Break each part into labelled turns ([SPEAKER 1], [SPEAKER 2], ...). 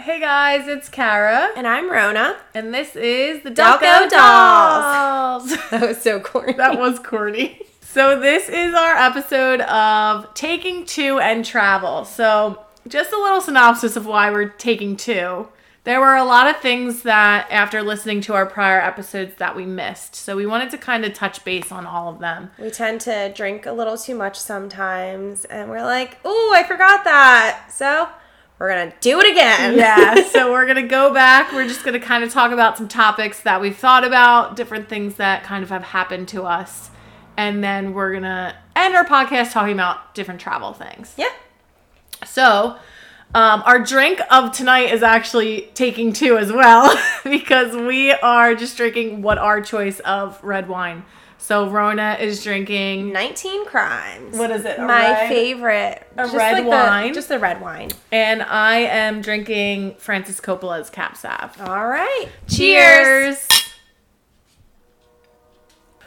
[SPEAKER 1] Hey guys, it's Kara,
[SPEAKER 2] And I'm Rona.
[SPEAKER 1] and this is the
[SPEAKER 2] Delco
[SPEAKER 1] Delco Dolls.
[SPEAKER 2] Dolls. That was so corny.
[SPEAKER 1] that was corny. So this is our episode of taking two and travel. So just a little synopsis of why we're taking two. There were a lot of things that after listening to our prior episodes that we missed. So we wanted to kind of touch base on all of them.
[SPEAKER 2] we tend to drink a little too much sometimes, and we're like, "Ooh, I forgot that." So we're gonna do it again.
[SPEAKER 1] yeah so we're gonna go back we're just gonna kind of talk about some topics that we've thought about different things that kind of have happened to us and then we're gonna end our podcast talking about different travel things
[SPEAKER 2] yeah.
[SPEAKER 1] so um, our drink of tonight is actually taking two as well because we are just drinking what our choice of red wine so rona is drinking
[SPEAKER 2] Nineteen crimes.
[SPEAKER 1] What is it, a
[SPEAKER 2] My
[SPEAKER 1] red-
[SPEAKER 2] favorite. A
[SPEAKER 1] red wine?
[SPEAKER 2] just the red wine.
[SPEAKER 1] and i am drinking francis coppola's cap sav
[SPEAKER 2] All right.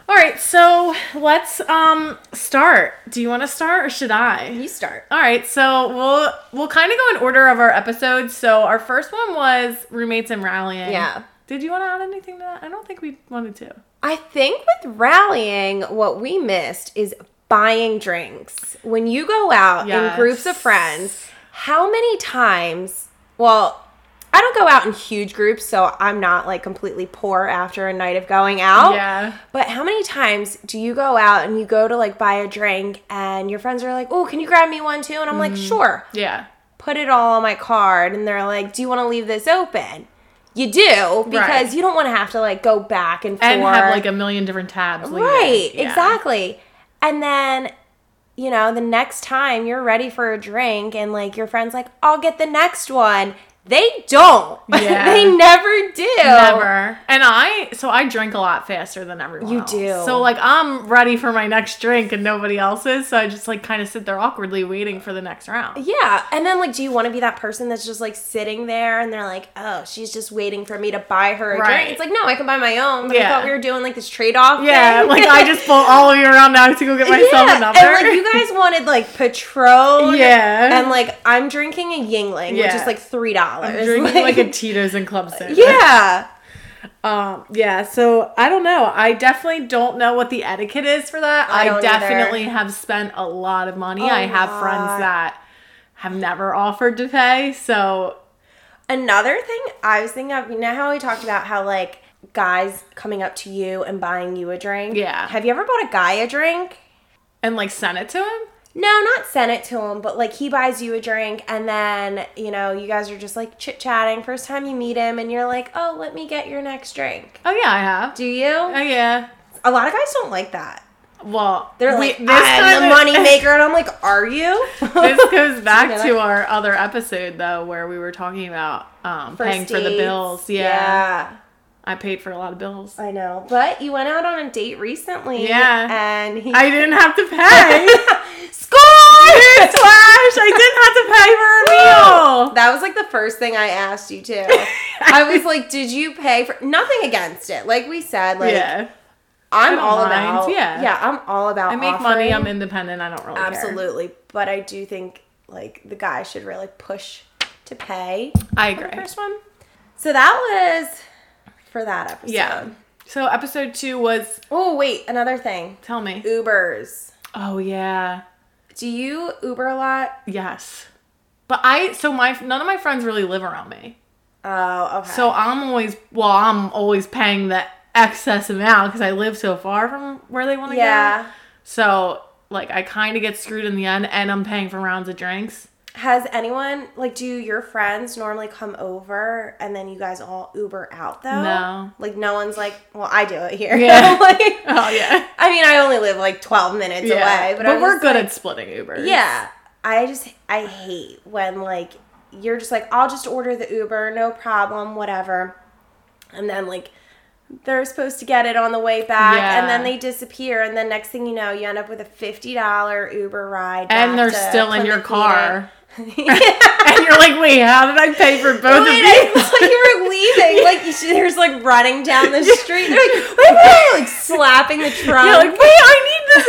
[SPEAKER 1] All right, so let's um start. Do you want to start or should I?
[SPEAKER 2] You start.
[SPEAKER 1] All right, so we'll we'll kind of go in order of our episodes. So our first one was roommates and rallying.
[SPEAKER 2] Yeah.
[SPEAKER 1] Did you want to add anything to that? I don't think we wanted to.
[SPEAKER 2] I think with rallying, what we missed is buying drinks. When you go out
[SPEAKER 1] Yes.
[SPEAKER 2] in groups of friends, how many times, well, I don't go out in huge groups, so I'm not like completely poor after a night of going out.
[SPEAKER 1] Yeah.
[SPEAKER 2] But how many times do you go out and you go to like buy a drink and your friends are like, oh, can you grab me one too? And I'm
[SPEAKER 1] Mm-hmm.
[SPEAKER 2] like, sure.
[SPEAKER 1] Yeah.
[SPEAKER 2] Put it all on my card. And they're like, do you want to leave this open? You do because
[SPEAKER 1] Right.
[SPEAKER 2] you don't want to have to like go back and forth
[SPEAKER 1] And have like a million different tabs. later.
[SPEAKER 2] right
[SPEAKER 1] Yeah.
[SPEAKER 2] exactly and then you know the next time you're ready for a drink and like your friend's like i'll get the next one they don't
[SPEAKER 1] Yeah.
[SPEAKER 2] they never do
[SPEAKER 1] Never. And I, so I drink a lot faster than everyone.
[SPEAKER 2] You
[SPEAKER 1] else.
[SPEAKER 2] do.
[SPEAKER 1] So like I'm ready for my next drink and nobody else is. So I just like kind of sit there awkwardly waiting for the next round.
[SPEAKER 2] yeah and then like do you want to be that person that's just like sitting there and they're like oh she's just waiting for me to buy her a
[SPEAKER 1] Right.
[SPEAKER 2] drink it's like no i can buy my own but
[SPEAKER 1] Yeah.
[SPEAKER 2] i thought we were doing like this trade-off
[SPEAKER 1] Yeah,
[SPEAKER 2] thing.
[SPEAKER 1] like I just pull all of you around now to go get myself
[SPEAKER 2] yeah,
[SPEAKER 1] another.
[SPEAKER 2] and like you guys wanted like Patron,
[SPEAKER 1] Yeah.
[SPEAKER 2] and like I'm drinking a Yingling, which
[SPEAKER 1] Yeah.
[SPEAKER 2] is like three dollars.
[SPEAKER 1] drinking like a Tito's and club soda.
[SPEAKER 2] yeah,
[SPEAKER 1] Um, yeah, so I don't know. I definitely don't know what the etiquette is for that.
[SPEAKER 2] I
[SPEAKER 1] I,
[SPEAKER 2] don't
[SPEAKER 1] definitely have spent a lot of money. I have friends
[SPEAKER 2] lot.
[SPEAKER 1] that have never offered to pay. So
[SPEAKER 2] Another thing I was thinking of, you know how we talked about how like guys coming up to you and buying you a drink?
[SPEAKER 1] Yeah.
[SPEAKER 2] Have you ever bought a guy a drink?
[SPEAKER 1] and like send it to him.
[SPEAKER 2] No, not sent it to him, but like he buys you a drink and then, you know, you guys are just like chit chatting. First time you meet him and you're like, oh, let me get your next drink.
[SPEAKER 1] Oh yeah, I have.
[SPEAKER 2] Do you?
[SPEAKER 1] Oh yeah.
[SPEAKER 2] A lot of guys don't like that.
[SPEAKER 1] Well,
[SPEAKER 2] They're
[SPEAKER 1] we-
[SPEAKER 2] like, I'm the money maker. And I'm like, are you?
[SPEAKER 1] this goes back
[SPEAKER 2] Okay,
[SPEAKER 1] to our other episode though, where we were talking about um,
[SPEAKER 2] First
[SPEAKER 1] paying for the
[SPEAKER 2] dates.
[SPEAKER 1] bills. Yeah,
[SPEAKER 2] yeah.
[SPEAKER 1] I paid for a lot of bills.
[SPEAKER 2] I know. But you went out on a date recently.
[SPEAKER 1] Yeah.
[SPEAKER 2] And he.
[SPEAKER 1] I didn't have to pay.
[SPEAKER 2] Score!
[SPEAKER 1] Slash, I didn't have to pay for a meal.
[SPEAKER 2] That was like the first thing I asked you too. I was like, did you pay for nothing against it? Like we said, like
[SPEAKER 1] yeah, I
[SPEAKER 2] I'm
[SPEAKER 1] don't
[SPEAKER 2] all
[SPEAKER 1] mind,
[SPEAKER 2] about
[SPEAKER 1] yeah.
[SPEAKER 2] yeah, I'm all about
[SPEAKER 1] I make money.
[SPEAKER 2] offering.
[SPEAKER 1] I'm independent. I don't really care.
[SPEAKER 2] absolutely, but I do think like the guy should really push to pay.
[SPEAKER 1] I
[SPEAKER 2] for the
[SPEAKER 1] agree.
[SPEAKER 2] first one. So that was for that episode.
[SPEAKER 1] Yeah. So episode two was
[SPEAKER 2] Oh wait, another thing.
[SPEAKER 1] tell me.
[SPEAKER 2] Ubers.
[SPEAKER 1] Oh yeah,
[SPEAKER 2] Do you Uber a lot?
[SPEAKER 1] yes. But I so my none of my friends really live around me.
[SPEAKER 2] Oh, okay.
[SPEAKER 1] So I'm always well, I'm always paying the excess amount because I live so far from where they want to go.
[SPEAKER 2] yeah.
[SPEAKER 1] So like I kind of get screwed in the end, and I'm paying for rounds of drinks.
[SPEAKER 2] Has anyone like do your friends normally come over and then you guys all Uber out though?
[SPEAKER 1] No.
[SPEAKER 2] Like no one's like, well, I do it here.
[SPEAKER 1] Yeah.
[SPEAKER 2] Like-
[SPEAKER 1] Oh yeah,
[SPEAKER 2] I mean, I only live like 12 minutes
[SPEAKER 1] yeah.
[SPEAKER 2] away,
[SPEAKER 1] But,
[SPEAKER 2] but, I was
[SPEAKER 1] we're
[SPEAKER 2] just
[SPEAKER 1] good
[SPEAKER 2] like-
[SPEAKER 1] at splitting Ubers.
[SPEAKER 2] Yeah. I just I hate when like you're just like I'll just order the Uber, no problem, whatever. And then like they're supposed to get it on the way back and
[SPEAKER 1] Yeah.
[SPEAKER 2] then they disappear and then next thing you know, you end up with a $50 Uber ride
[SPEAKER 1] And
[SPEAKER 2] back
[SPEAKER 1] they're
[SPEAKER 2] to
[SPEAKER 1] still in your
[SPEAKER 2] Plymouth
[SPEAKER 1] car,
[SPEAKER 2] Meeting. yeah.
[SPEAKER 1] and you're like, "Wait, how did I pay for both
[SPEAKER 2] Wait,
[SPEAKER 1] of
[SPEAKER 2] I
[SPEAKER 1] these?"
[SPEAKER 2] thought you were leaving. Like you should- there's like running down the street. They're like, wait, wait, like slapping the trunk.
[SPEAKER 1] You're like, "Wait, I need this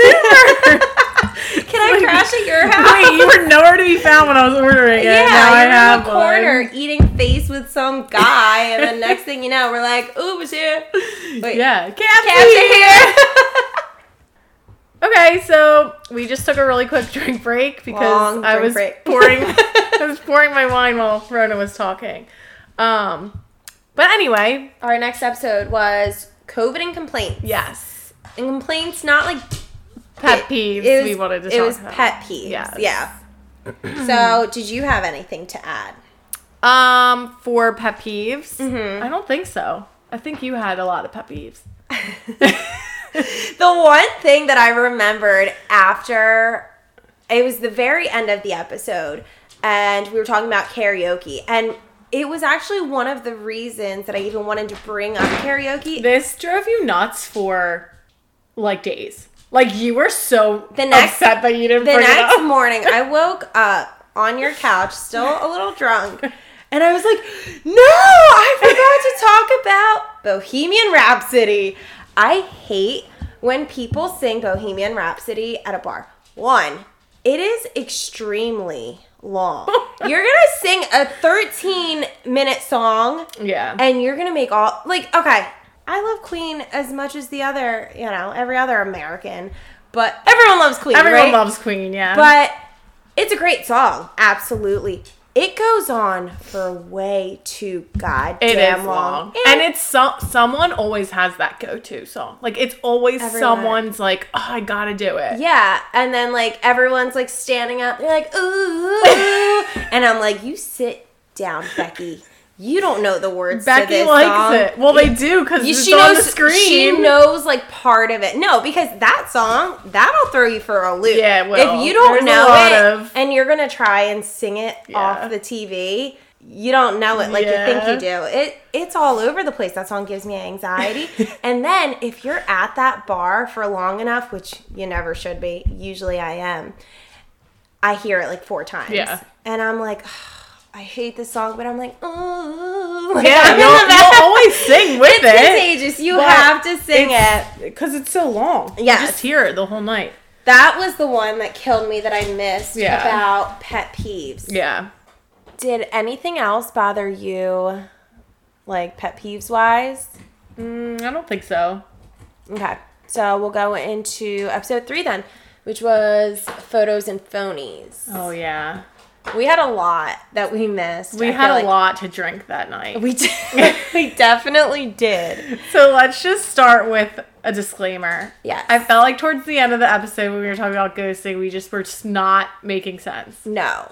[SPEAKER 1] Uber."
[SPEAKER 2] Can I crash at your house?
[SPEAKER 1] Wait, you were nowhere to be found when I was ordering it.
[SPEAKER 2] Yeah,
[SPEAKER 1] now I
[SPEAKER 2] you're
[SPEAKER 1] have
[SPEAKER 2] in the corner
[SPEAKER 1] one.
[SPEAKER 2] eating face with some guy, and the next thing you know, we're like, "Ooh, was here." Wait,
[SPEAKER 1] Yeah,
[SPEAKER 2] Cap's here.
[SPEAKER 1] Okay, so we just took a really quick drink break because
[SPEAKER 2] Long
[SPEAKER 1] I
[SPEAKER 2] drink
[SPEAKER 1] was
[SPEAKER 2] break.
[SPEAKER 1] pouring I was pouring my wine while Rona was talking. Um, but anyway,
[SPEAKER 2] Our next episode was COVID and complaints.
[SPEAKER 1] yes,
[SPEAKER 2] and complaints not like
[SPEAKER 1] pet peeves
[SPEAKER 2] It was,
[SPEAKER 1] we wanted to
[SPEAKER 2] it
[SPEAKER 1] talk
[SPEAKER 2] was
[SPEAKER 1] about.
[SPEAKER 2] pet peeves.
[SPEAKER 1] Yes.
[SPEAKER 2] Yeah. so, did you have anything to add?
[SPEAKER 1] Um, for pet peeves,
[SPEAKER 2] Mm-hmm.
[SPEAKER 1] I don't think so. I think you had a lot of pet peeves.
[SPEAKER 2] The one thing that I remembered after it was the very end of the episode, and we were talking about karaoke, and it was actually one of the reasons that I even wanted to bring up karaoke.
[SPEAKER 1] this drove you nuts for like days. Like you were so
[SPEAKER 2] The next-
[SPEAKER 1] upset that you didn't
[SPEAKER 2] The
[SPEAKER 1] bring it
[SPEAKER 2] next
[SPEAKER 1] up.
[SPEAKER 2] morning, I woke up on your couch, still a little drunk, and I was like, "No, Oh, I forgot to talk about Bohemian Rhapsody." I hate when people sing Bohemian Rhapsody at a bar. One, it is extremely long. You're gonna sing a 13 minute song
[SPEAKER 1] Yeah.
[SPEAKER 2] and you're gonna make all like okay i love queen as much as the other you know every other american but everyone loves queen
[SPEAKER 1] Everyone
[SPEAKER 2] right?
[SPEAKER 1] loves Queen, yeah.
[SPEAKER 2] but it's a great song absolutely it goes on for way too goddamn
[SPEAKER 1] it is long.
[SPEAKER 2] long
[SPEAKER 1] And, it's so- someone always has that go-to song. Like it's always
[SPEAKER 2] Everyone.
[SPEAKER 1] someone's like, "Oh, I got to do it."
[SPEAKER 2] yeah, and then like everyone's like standing up, they're like, ooh, and I'm like, you sit down, Becky. You don't know the words. to
[SPEAKER 1] Becky
[SPEAKER 2] this
[SPEAKER 1] likes
[SPEAKER 2] song.
[SPEAKER 1] it. Well, they do cuz
[SPEAKER 2] You-
[SPEAKER 1] it's
[SPEAKER 2] she
[SPEAKER 1] on
[SPEAKER 2] knows
[SPEAKER 1] the screen.
[SPEAKER 2] She knows like part of it. No, because that song that'll throw you for a loop.
[SPEAKER 1] Yeah, it will.
[SPEAKER 2] if you don't
[SPEAKER 1] There's a
[SPEAKER 2] know
[SPEAKER 1] lot
[SPEAKER 2] it
[SPEAKER 1] of-
[SPEAKER 2] and you're gonna try and sing it
[SPEAKER 1] Yeah.
[SPEAKER 2] off the TV, you don't know it like you think
[SPEAKER 1] Yeah.
[SPEAKER 2] you do. It it's all over the place. That song gives me anxiety. and then if you're at that bar for long enough, which you never should be, usually I am. I hear it like four times.
[SPEAKER 1] Yeah.
[SPEAKER 2] And I'm like, I hate this song, but I'm like, ooh. Like, I'm
[SPEAKER 1] yeah,
[SPEAKER 2] in
[SPEAKER 1] you'll,
[SPEAKER 2] the back-
[SPEAKER 1] you'll always sing with
[SPEAKER 2] it's
[SPEAKER 1] it
[SPEAKER 2] contagious. You
[SPEAKER 1] but
[SPEAKER 2] have to sing it.
[SPEAKER 1] cuz it's so long. Yeah,
[SPEAKER 2] Yes.
[SPEAKER 1] You just hear it the whole night.
[SPEAKER 2] That was the one that killed me that I missed
[SPEAKER 1] Yeah.
[SPEAKER 2] about pet peeves.
[SPEAKER 1] Yeah.
[SPEAKER 2] Did anything else bother you, like pet peeves wise?
[SPEAKER 1] Mm, I don't think so.
[SPEAKER 2] Okay, so we'll go into episode three then, which was photos and phonies.
[SPEAKER 1] Oh yeah.
[SPEAKER 2] We had a lot that we missed.
[SPEAKER 1] We
[SPEAKER 2] I
[SPEAKER 1] had
[SPEAKER 2] feel
[SPEAKER 1] a
[SPEAKER 2] like.
[SPEAKER 1] lot to drink that night.
[SPEAKER 2] We did. we definitely did.
[SPEAKER 1] So let's just start with a disclaimer.
[SPEAKER 2] Yes.
[SPEAKER 1] I felt like towards the end of the episode when we were talking about ghosting, we just were just not making sense.
[SPEAKER 2] No,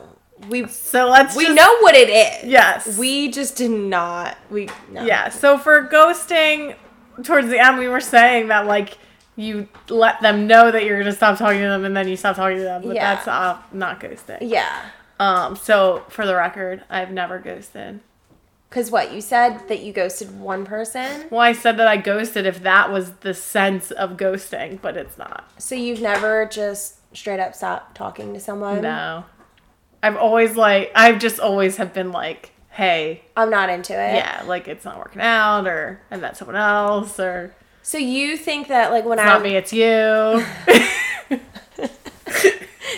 [SPEAKER 2] we
[SPEAKER 1] So let's
[SPEAKER 2] we
[SPEAKER 1] just-
[SPEAKER 2] know what it is.
[SPEAKER 1] Yes.
[SPEAKER 2] We just did not. We no.
[SPEAKER 1] Yeah. So for ghosting, towards the end we were saying that like you let them know that you're gonna stop talking to them and then you stop talking to them, but
[SPEAKER 2] Yeah.
[SPEAKER 1] that's uh, not ghosting.
[SPEAKER 2] Yeah.
[SPEAKER 1] Um. So for the record, I've never ghosted.
[SPEAKER 2] Because what? You said that you ghosted one person?
[SPEAKER 1] Well, I said that I ghosted if that was the sense of ghosting, but it's not.
[SPEAKER 2] So you've never just straight up stopped talking to someone?
[SPEAKER 1] No. I've always like I've just always have been like, hey,
[SPEAKER 2] I'm not into it.
[SPEAKER 1] yeah, like it's not working out or I met someone else or
[SPEAKER 2] So you think that, like, when
[SPEAKER 1] it's
[SPEAKER 2] I'm.
[SPEAKER 1] not me, it's you.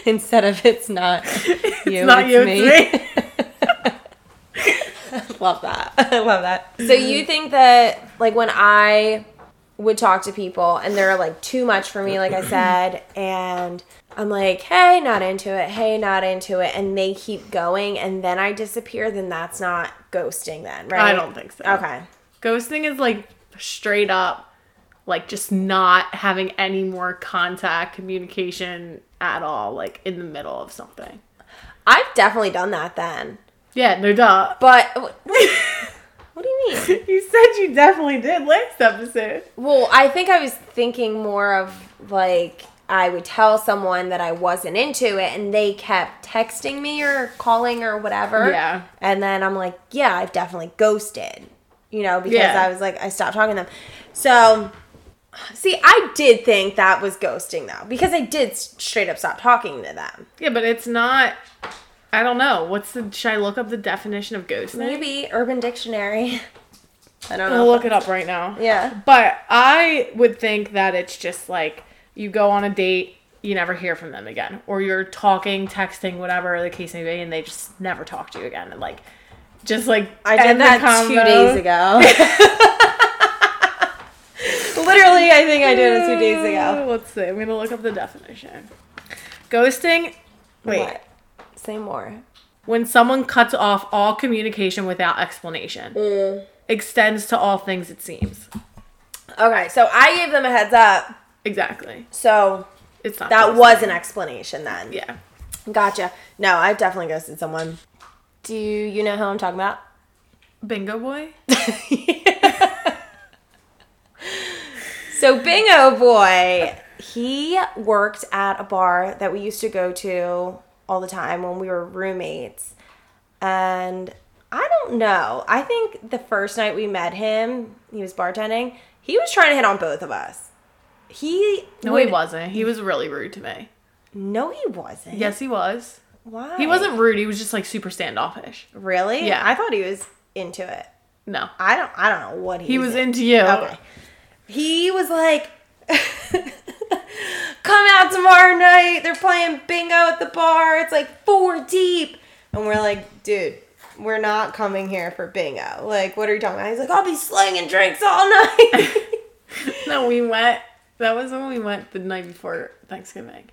[SPEAKER 2] Instead of it's not you, it's,
[SPEAKER 1] not you, it's
[SPEAKER 2] Love that. I love that. So
[SPEAKER 1] Mm-hmm.
[SPEAKER 2] you think that, like, when I would talk to people and they're like too much for me, like I said, and I'm like, hey, not into it, hey, not into it, and they keep going, and then I disappear, then that's not ghosting, then, right?
[SPEAKER 1] I don't think so.
[SPEAKER 2] Okay.
[SPEAKER 1] Ghosting is like straight up like just not having any more contact, communication at all, like in the middle of something.
[SPEAKER 2] I've definitely done that then.
[SPEAKER 1] Yeah, no doubt.
[SPEAKER 2] But what do you mean?
[SPEAKER 1] You said you definitely did last episode.
[SPEAKER 2] Well, I think I was thinking more of like I would tell someone that I wasn't into it and they kept texting me or calling or whatever.
[SPEAKER 1] Yeah.
[SPEAKER 2] And then I'm like, yeah, I've definitely ghosted, you know, because
[SPEAKER 1] Yeah.
[SPEAKER 2] I was like, I stopped talking to them. So, see, I did think that was ghosting though, because I did s- straight up stop talking to them.
[SPEAKER 1] Yeah, but it's not I don't know. What's the should I look up the definition of ghosting?
[SPEAKER 2] Maybe Urban Dictionary. I don't
[SPEAKER 1] I'll
[SPEAKER 2] know.
[SPEAKER 1] look it up right now.
[SPEAKER 2] Yeah.
[SPEAKER 1] But I would think that it's just like you go on a date you never hear from them again or you're talking texting whatever the case may be and they just never talk to you again and like just like
[SPEAKER 2] I did
[SPEAKER 1] end the
[SPEAKER 2] that two
[SPEAKER 1] combo.
[SPEAKER 2] days ago. Literally, I think I did it two days ago.
[SPEAKER 1] Uh, Let's see. I'm gonna look up the definition. Ghosting. Wait.
[SPEAKER 2] What? Say more.
[SPEAKER 1] When someone cuts off all communication without explanation,
[SPEAKER 2] Mm.
[SPEAKER 1] extends to all things. It seems
[SPEAKER 2] Okay, so I gave them a heads up.
[SPEAKER 1] exactly.
[SPEAKER 2] So
[SPEAKER 1] It's not
[SPEAKER 2] that
[SPEAKER 1] ghosting.
[SPEAKER 2] was an explanation then.
[SPEAKER 1] yeah.
[SPEAKER 2] Gotcha. No, I definitely ghosted someone. Do you know who I'm talking about?
[SPEAKER 1] Bingo boy.
[SPEAKER 2] So Bingo Boy, he worked at a bar that we used to go to all the time when we were roommates. And I don't know. I think the first night we met him, he was bartending. He was trying to hit on both of us. He
[SPEAKER 1] No,
[SPEAKER 2] would-
[SPEAKER 1] he wasn't. He was really rude to me.
[SPEAKER 2] No, he wasn't.
[SPEAKER 1] Yes, he was.
[SPEAKER 2] Why?
[SPEAKER 1] He wasn't rude. He was just like super standoffish.
[SPEAKER 2] really.
[SPEAKER 1] Yeah.
[SPEAKER 2] I thought he was into it.
[SPEAKER 1] No,
[SPEAKER 2] I don't. I don't know what he.
[SPEAKER 1] he was into you.
[SPEAKER 2] Okay. He was like, come out tomorrow night. They're playing bingo at the bar. It's like four deep. And we're like, dude, we're not coming here for bingo. Like, what are you talking about? He's like, I'll be slinging drinks all night.
[SPEAKER 1] No, we went. That was when we went the night before Thanksgiving.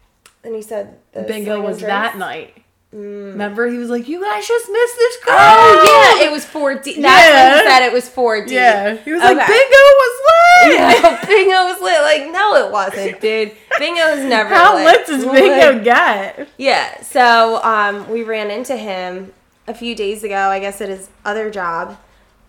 [SPEAKER 2] and he said, the
[SPEAKER 1] Bingo
[SPEAKER 2] slinging
[SPEAKER 1] was
[SPEAKER 2] drinks?
[SPEAKER 1] that night. Remember, he was like, "You guys just missed this girl."
[SPEAKER 2] Oh, yeah, it was four deep. That's when he
[SPEAKER 1] Yeah.
[SPEAKER 2] said it was four deep.
[SPEAKER 1] yeah. He was like,
[SPEAKER 2] Okay.
[SPEAKER 1] "Bingo was lit."
[SPEAKER 2] Yeah, bingo was lit. Like, no, it wasn't, dude. Bingo is never
[SPEAKER 1] How
[SPEAKER 2] lit.
[SPEAKER 1] lit does
[SPEAKER 2] Like,
[SPEAKER 1] Bingo get?
[SPEAKER 2] Yeah, so um, we ran into him a few days ago, I guess at his other job,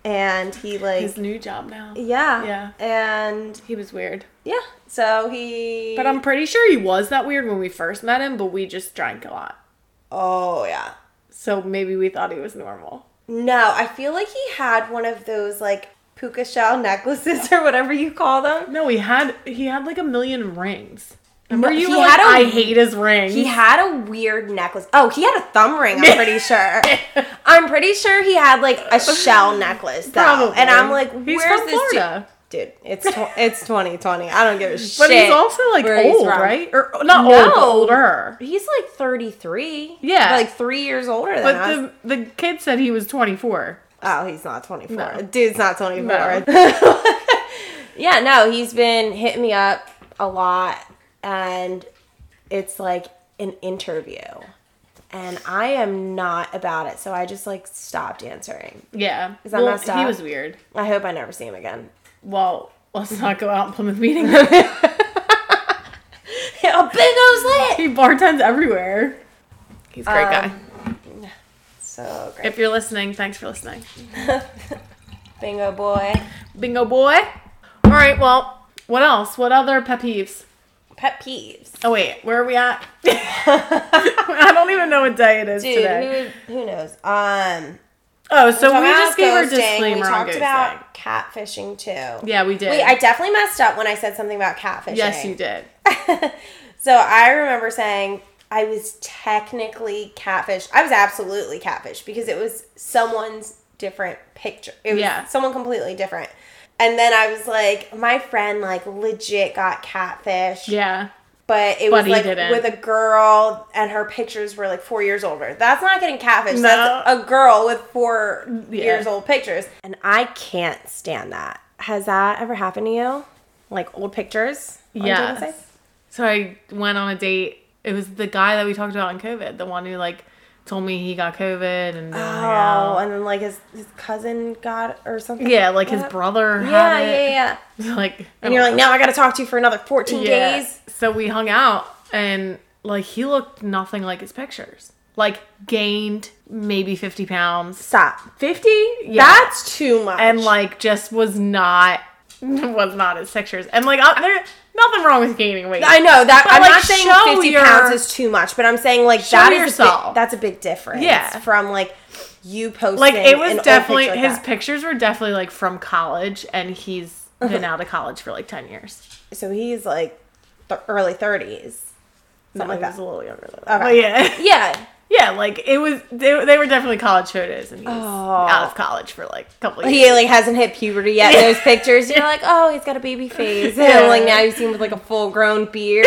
[SPEAKER 2] and he like
[SPEAKER 1] His new job now.
[SPEAKER 2] yeah and
[SPEAKER 1] He was weird,
[SPEAKER 2] yeah, so he
[SPEAKER 1] but I'm pretty sure he was that weird when we first met him. But we just drank a lot,
[SPEAKER 2] oh yeah
[SPEAKER 1] so maybe we thought he was normal.
[SPEAKER 2] no, I feel like he had one of those like puka shell necklaces or whatever you call them.
[SPEAKER 1] No, he had he had like a million rings. Remember
[SPEAKER 2] No,
[SPEAKER 1] you
[SPEAKER 2] he
[SPEAKER 1] were like,
[SPEAKER 2] had a-
[SPEAKER 1] "I hate his rings."
[SPEAKER 2] He had a weird necklace. Oh, he had a thumb ring. I'm pretty sure. I'm pretty sure he had like a shell necklace though,
[SPEAKER 1] Probably.
[SPEAKER 2] and I'm like,
[SPEAKER 1] He's
[SPEAKER 2] where's
[SPEAKER 1] from
[SPEAKER 2] this? dude-
[SPEAKER 1] Florida.
[SPEAKER 2] Dude, it's tw- it's 2020. I don't give a shit.
[SPEAKER 1] But he's also like
[SPEAKER 2] where he's
[SPEAKER 1] old,
[SPEAKER 2] from.
[SPEAKER 1] right? Or not old, but
[SPEAKER 2] No.
[SPEAKER 1] older.
[SPEAKER 2] He's like 33.
[SPEAKER 1] Yeah.
[SPEAKER 2] like three years older than us.
[SPEAKER 1] But the the kid said he was 24.
[SPEAKER 2] oh, he's not 24.
[SPEAKER 1] No.
[SPEAKER 2] Dude's not 24.
[SPEAKER 1] No.
[SPEAKER 2] yeah, no, he's been hitting me up a lot, and it's like an interview, and I am not about it. So I just like stopped answering.
[SPEAKER 1] Yeah. Is
[SPEAKER 2] that messed
[SPEAKER 1] He
[SPEAKER 2] up?
[SPEAKER 1] was weird.
[SPEAKER 2] I hope I never see him again.
[SPEAKER 1] Well, let's not go out in Plymouth meeting.
[SPEAKER 2] Yeah, bingo's lit.
[SPEAKER 1] he bartends everywhere. He's a great guy.
[SPEAKER 2] Um, So great,
[SPEAKER 1] If you're listening, thanks for listening.
[SPEAKER 2] bingo boy.
[SPEAKER 1] Bingo boy. All right, well, what else? What other pet peeves?
[SPEAKER 2] Pet peeves,
[SPEAKER 1] Oh, wait, where are we at? I don't even know what day it is
[SPEAKER 2] dude.
[SPEAKER 1] today.
[SPEAKER 2] Who who knows? Um.
[SPEAKER 1] Oh, so we
[SPEAKER 2] Talking
[SPEAKER 1] just
[SPEAKER 2] about
[SPEAKER 1] gave our
[SPEAKER 2] ghosting,
[SPEAKER 1] disclaimer
[SPEAKER 2] We
[SPEAKER 1] on
[SPEAKER 2] talked
[SPEAKER 1] ghosting.
[SPEAKER 2] about catfishing too.
[SPEAKER 1] yeah, we did.
[SPEAKER 2] Wait, I definitely messed up when I said something about catfishing.
[SPEAKER 1] yes, you did.
[SPEAKER 2] So I remember saying I was technically catfished. I was absolutely catfished because it was someone's different picture. It was
[SPEAKER 1] Yeah.
[SPEAKER 2] someone completely different. And then I was like, my friend like legit got catfished.
[SPEAKER 1] Yeah.
[SPEAKER 2] But it
[SPEAKER 1] But
[SPEAKER 2] was
[SPEAKER 1] he
[SPEAKER 2] like
[SPEAKER 1] didn't.
[SPEAKER 2] with a girl and her pictures were like four years older. That's not getting
[SPEAKER 1] No.
[SPEAKER 2] catfished. That's a girl with four
[SPEAKER 1] Yeah.
[SPEAKER 2] years old pictures. And I can't stand that. Has that ever happened to you? Like old pictures? on dating
[SPEAKER 1] Yes.
[SPEAKER 2] sites?
[SPEAKER 1] So I went on a date. It was the guy that we talked about in COVID, the one who like told me he got COVID and didn't hang
[SPEAKER 2] Oh,
[SPEAKER 1] out.
[SPEAKER 2] and then like his his cousin got or something.
[SPEAKER 1] yeah, like his
[SPEAKER 2] What?
[SPEAKER 1] brother. had
[SPEAKER 2] Yeah, yeah,
[SPEAKER 1] it. Oh.
[SPEAKER 2] yeah.
[SPEAKER 1] Like,
[SPEAKER 2] And you're like, now I got to talk to you for another 14 days.
[SPEAKER 1] So we hung out, and like he looked nothing like his pictures. Like gained maybe fifty pounds,
[SPEAKER 2] Stop.
[SPEAKER 1] fifty. Yeah,
[SPEAKER 2] That's too much.
[SPEAKER 1] and like just was not was not his pictures. And like I, there, nothing wrong with gaining weight.
[SPEAKER 2] I know that
[SPEAKER 1] But,
[SPEAKER 2] I'm
[SPEAKER 1] like,
[SPEAKER 2] not saying
[SPEAKER 1] show
[SPEAKER 2] 50
[SPEAKER 1] your-
[SPEAKER 2] pounds is too much, but I'm saying like that is a bit-
[SPEAKER 1] yourself.
[SPEAKER 2] that's a big difference.
[SPEAKER 1] Yeah.
[SPEAKER 2] from like you posting.
[SPEAKER 1] like it
[SPEAKER 2] an
[SPEAKER 1] was
[SPEAKER 2] old
[SPEAKER 1] definitely
[SPEAKER 2] picture like
[SPEAKER 1] his
[SPEAKER 2] that.
[SPEAKER 1] pictures were definitely like from college and he's been out of college for like 10 years
[SPEAKER 2] so he's like the early 30s.
[SPEAKER 1] no,
[SPEAKER 2] like
[SPEAKER 1] he
[SPEAKER 2] that.
[SPEAKER 1] was a little younger than
[SPEAKER 2] Okay.
[SPEAKER 1] that But yeah
[SPEAKER 2] Yeah,
[SPEAKER 1] yeah like it was they, they were definitely college photos and he was
[SPEAKER 2] Oh.
[SPEAKER 1] out of college for like a couple of years
[SPEAKER 2] he like hasn't hit puberty yet. in Those pictures, you're like, oh, he's got a baby face. And
[SPEAKER 1] Yeah.
[SPEAKER 2] like now you see him with like a full grown beard.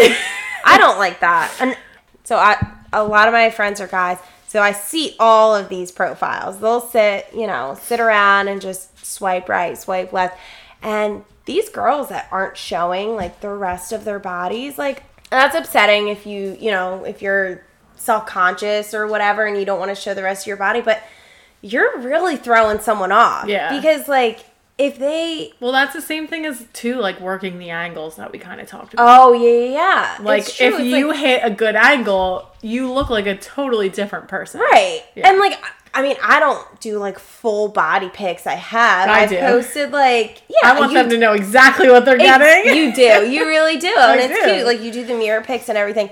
[SPEAKER 2] I don't like that. And so I a lot of my friends are guys. So I see all of these profiles. They'll sit, you know, sit around and just swipe right, swipe left. And these girls that aren't showing like the rest of their bodies, like that's upsetting if you, you know, if you're self-conscious or whatever and you don't want to show the rest of your body, but you're really throwing someone off.
[SPEAKER 1] Yeah.
[SPEAKER 2] Because like if they
[SPEAKER 1] Well, that's the same thing as too, like working the angles that we kind of talked about.
[SPEAKER 2] Oh yeah, yeah. yeah. It's
[SPEAKER 1] like
[SPEAKER 2] true.
[SPEAKER 1] if
[SPEAKER 2] It's,
[SPEAKER 1] you
[SPEAKER 2] like,
[SPEAKER 1] hit a good angle, you look like a totally different person.
[SPEAKER 2] right,
[SPEAKER 1] Yeah.
[SPEAKER 2] and like I mean, I don't do like full body pics. I have.
[SPEAKER 1] I
[SPEAKER 2] I've
[SPEAKER 1] do.
[SPEAKER 2] posted like yeah.
[SPEAKER 1] I want
[SPEAKER 2] you
[SPEAKER 1] them to know exactly what they're
[SPEAKER 2] Ex-
[SPEAKER 1] getting.
[SPEAKER 2] You do. You really do. and
[SPEAKER 1] I
[SPEAKER 2] it's
[SPEAKER 1] do.
[SPEAKER 2] cute. Like you do the mirror pics and everything.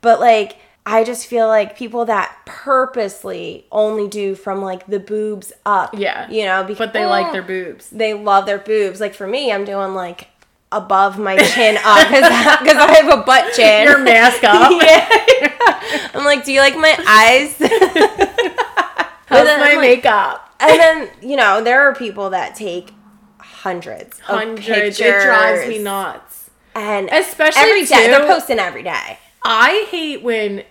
[SPEAKER 2] But like I just feel like people that purposely only do from like the boobs up.
[SPEAKER 1] Yeah.
[SPEAKER 2] You know, because
[SPEAKER 1] but they like their boobs.
[SPEAKER 2] they love their boobs. Like for me, I'm doing like above my chin up because I have a butt chin.
[SPEAKER 1] Your mask up.
[SPEAKER 2] Yeah. I'm like, do you like my eyes?
[SPEAKER 1] How's
[SPEAKER 2] then
[SPEAKER 1] my
[SPEAKER 2] I'm like-
[SPEAKER 1] makeup?
[SPEAKER 2] and then, you know, there are people that take hundreds, of
[SPEAKER 1] Hundreds.
[SPEAKER 2] pictures.
[SPEAKER 1] It drives me nuts.
[SPEAKER 2] And
[SPEAKER 1] Especially
[SPEAKER 2] every day.
[SPEAKER 1] too-
[SPEAKER 2] They're posting every day.
[SPEAKER 1] I hate when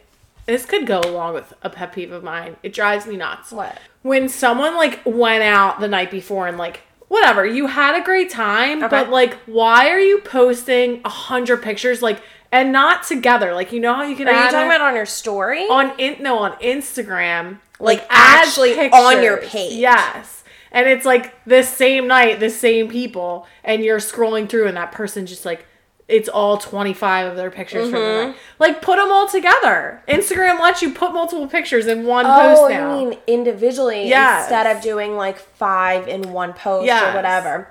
[SPEAKER 1] this could go along with a pet peeve of mine. It drives me nuts.
[SPEAKER 2] What?
[SPEAKER 1] When someone like went out the night before and like whatever, you had a great time, but like why are you posting a hundred pictures like and not together? Like you know how you can
[SPEAKER 2] Are
[SPEAKER 1] add
[SPEAKER 2] you talking
[SPEAKER 1] it
[SPEAKER 2] about on your story?
[SPEAKER 1] on in no on Instagram
[SPEAKER 2] Like,
[SPEAKER 1] as
[SPEAKER 2] actually on your
[SPEAKER 1] pictures.
[SPEAKER 2] page.
[SPEAKER 1] Yes. And it's like this same night, the same people, and you're scrolling through, and that person just like, it's all 25 of their pictures from the
[SPEAKER 2] Mm-hmm.
[SPEAKER 1] night. Like, put them all together. Instagram lets you put multiple pictures in one
[SPEAKER 2] oh,
[SPEAKER 1] post
[SPEAKER 2] you
[SPEAKER 1] now.
[SPEAKER 2] mean individually
[SPEAKER 1] Yes.
[SPEAKER 2] instead of doing like five in one post
[SPEAKER 1] Yes.
[SPEAKER 2] or whatever.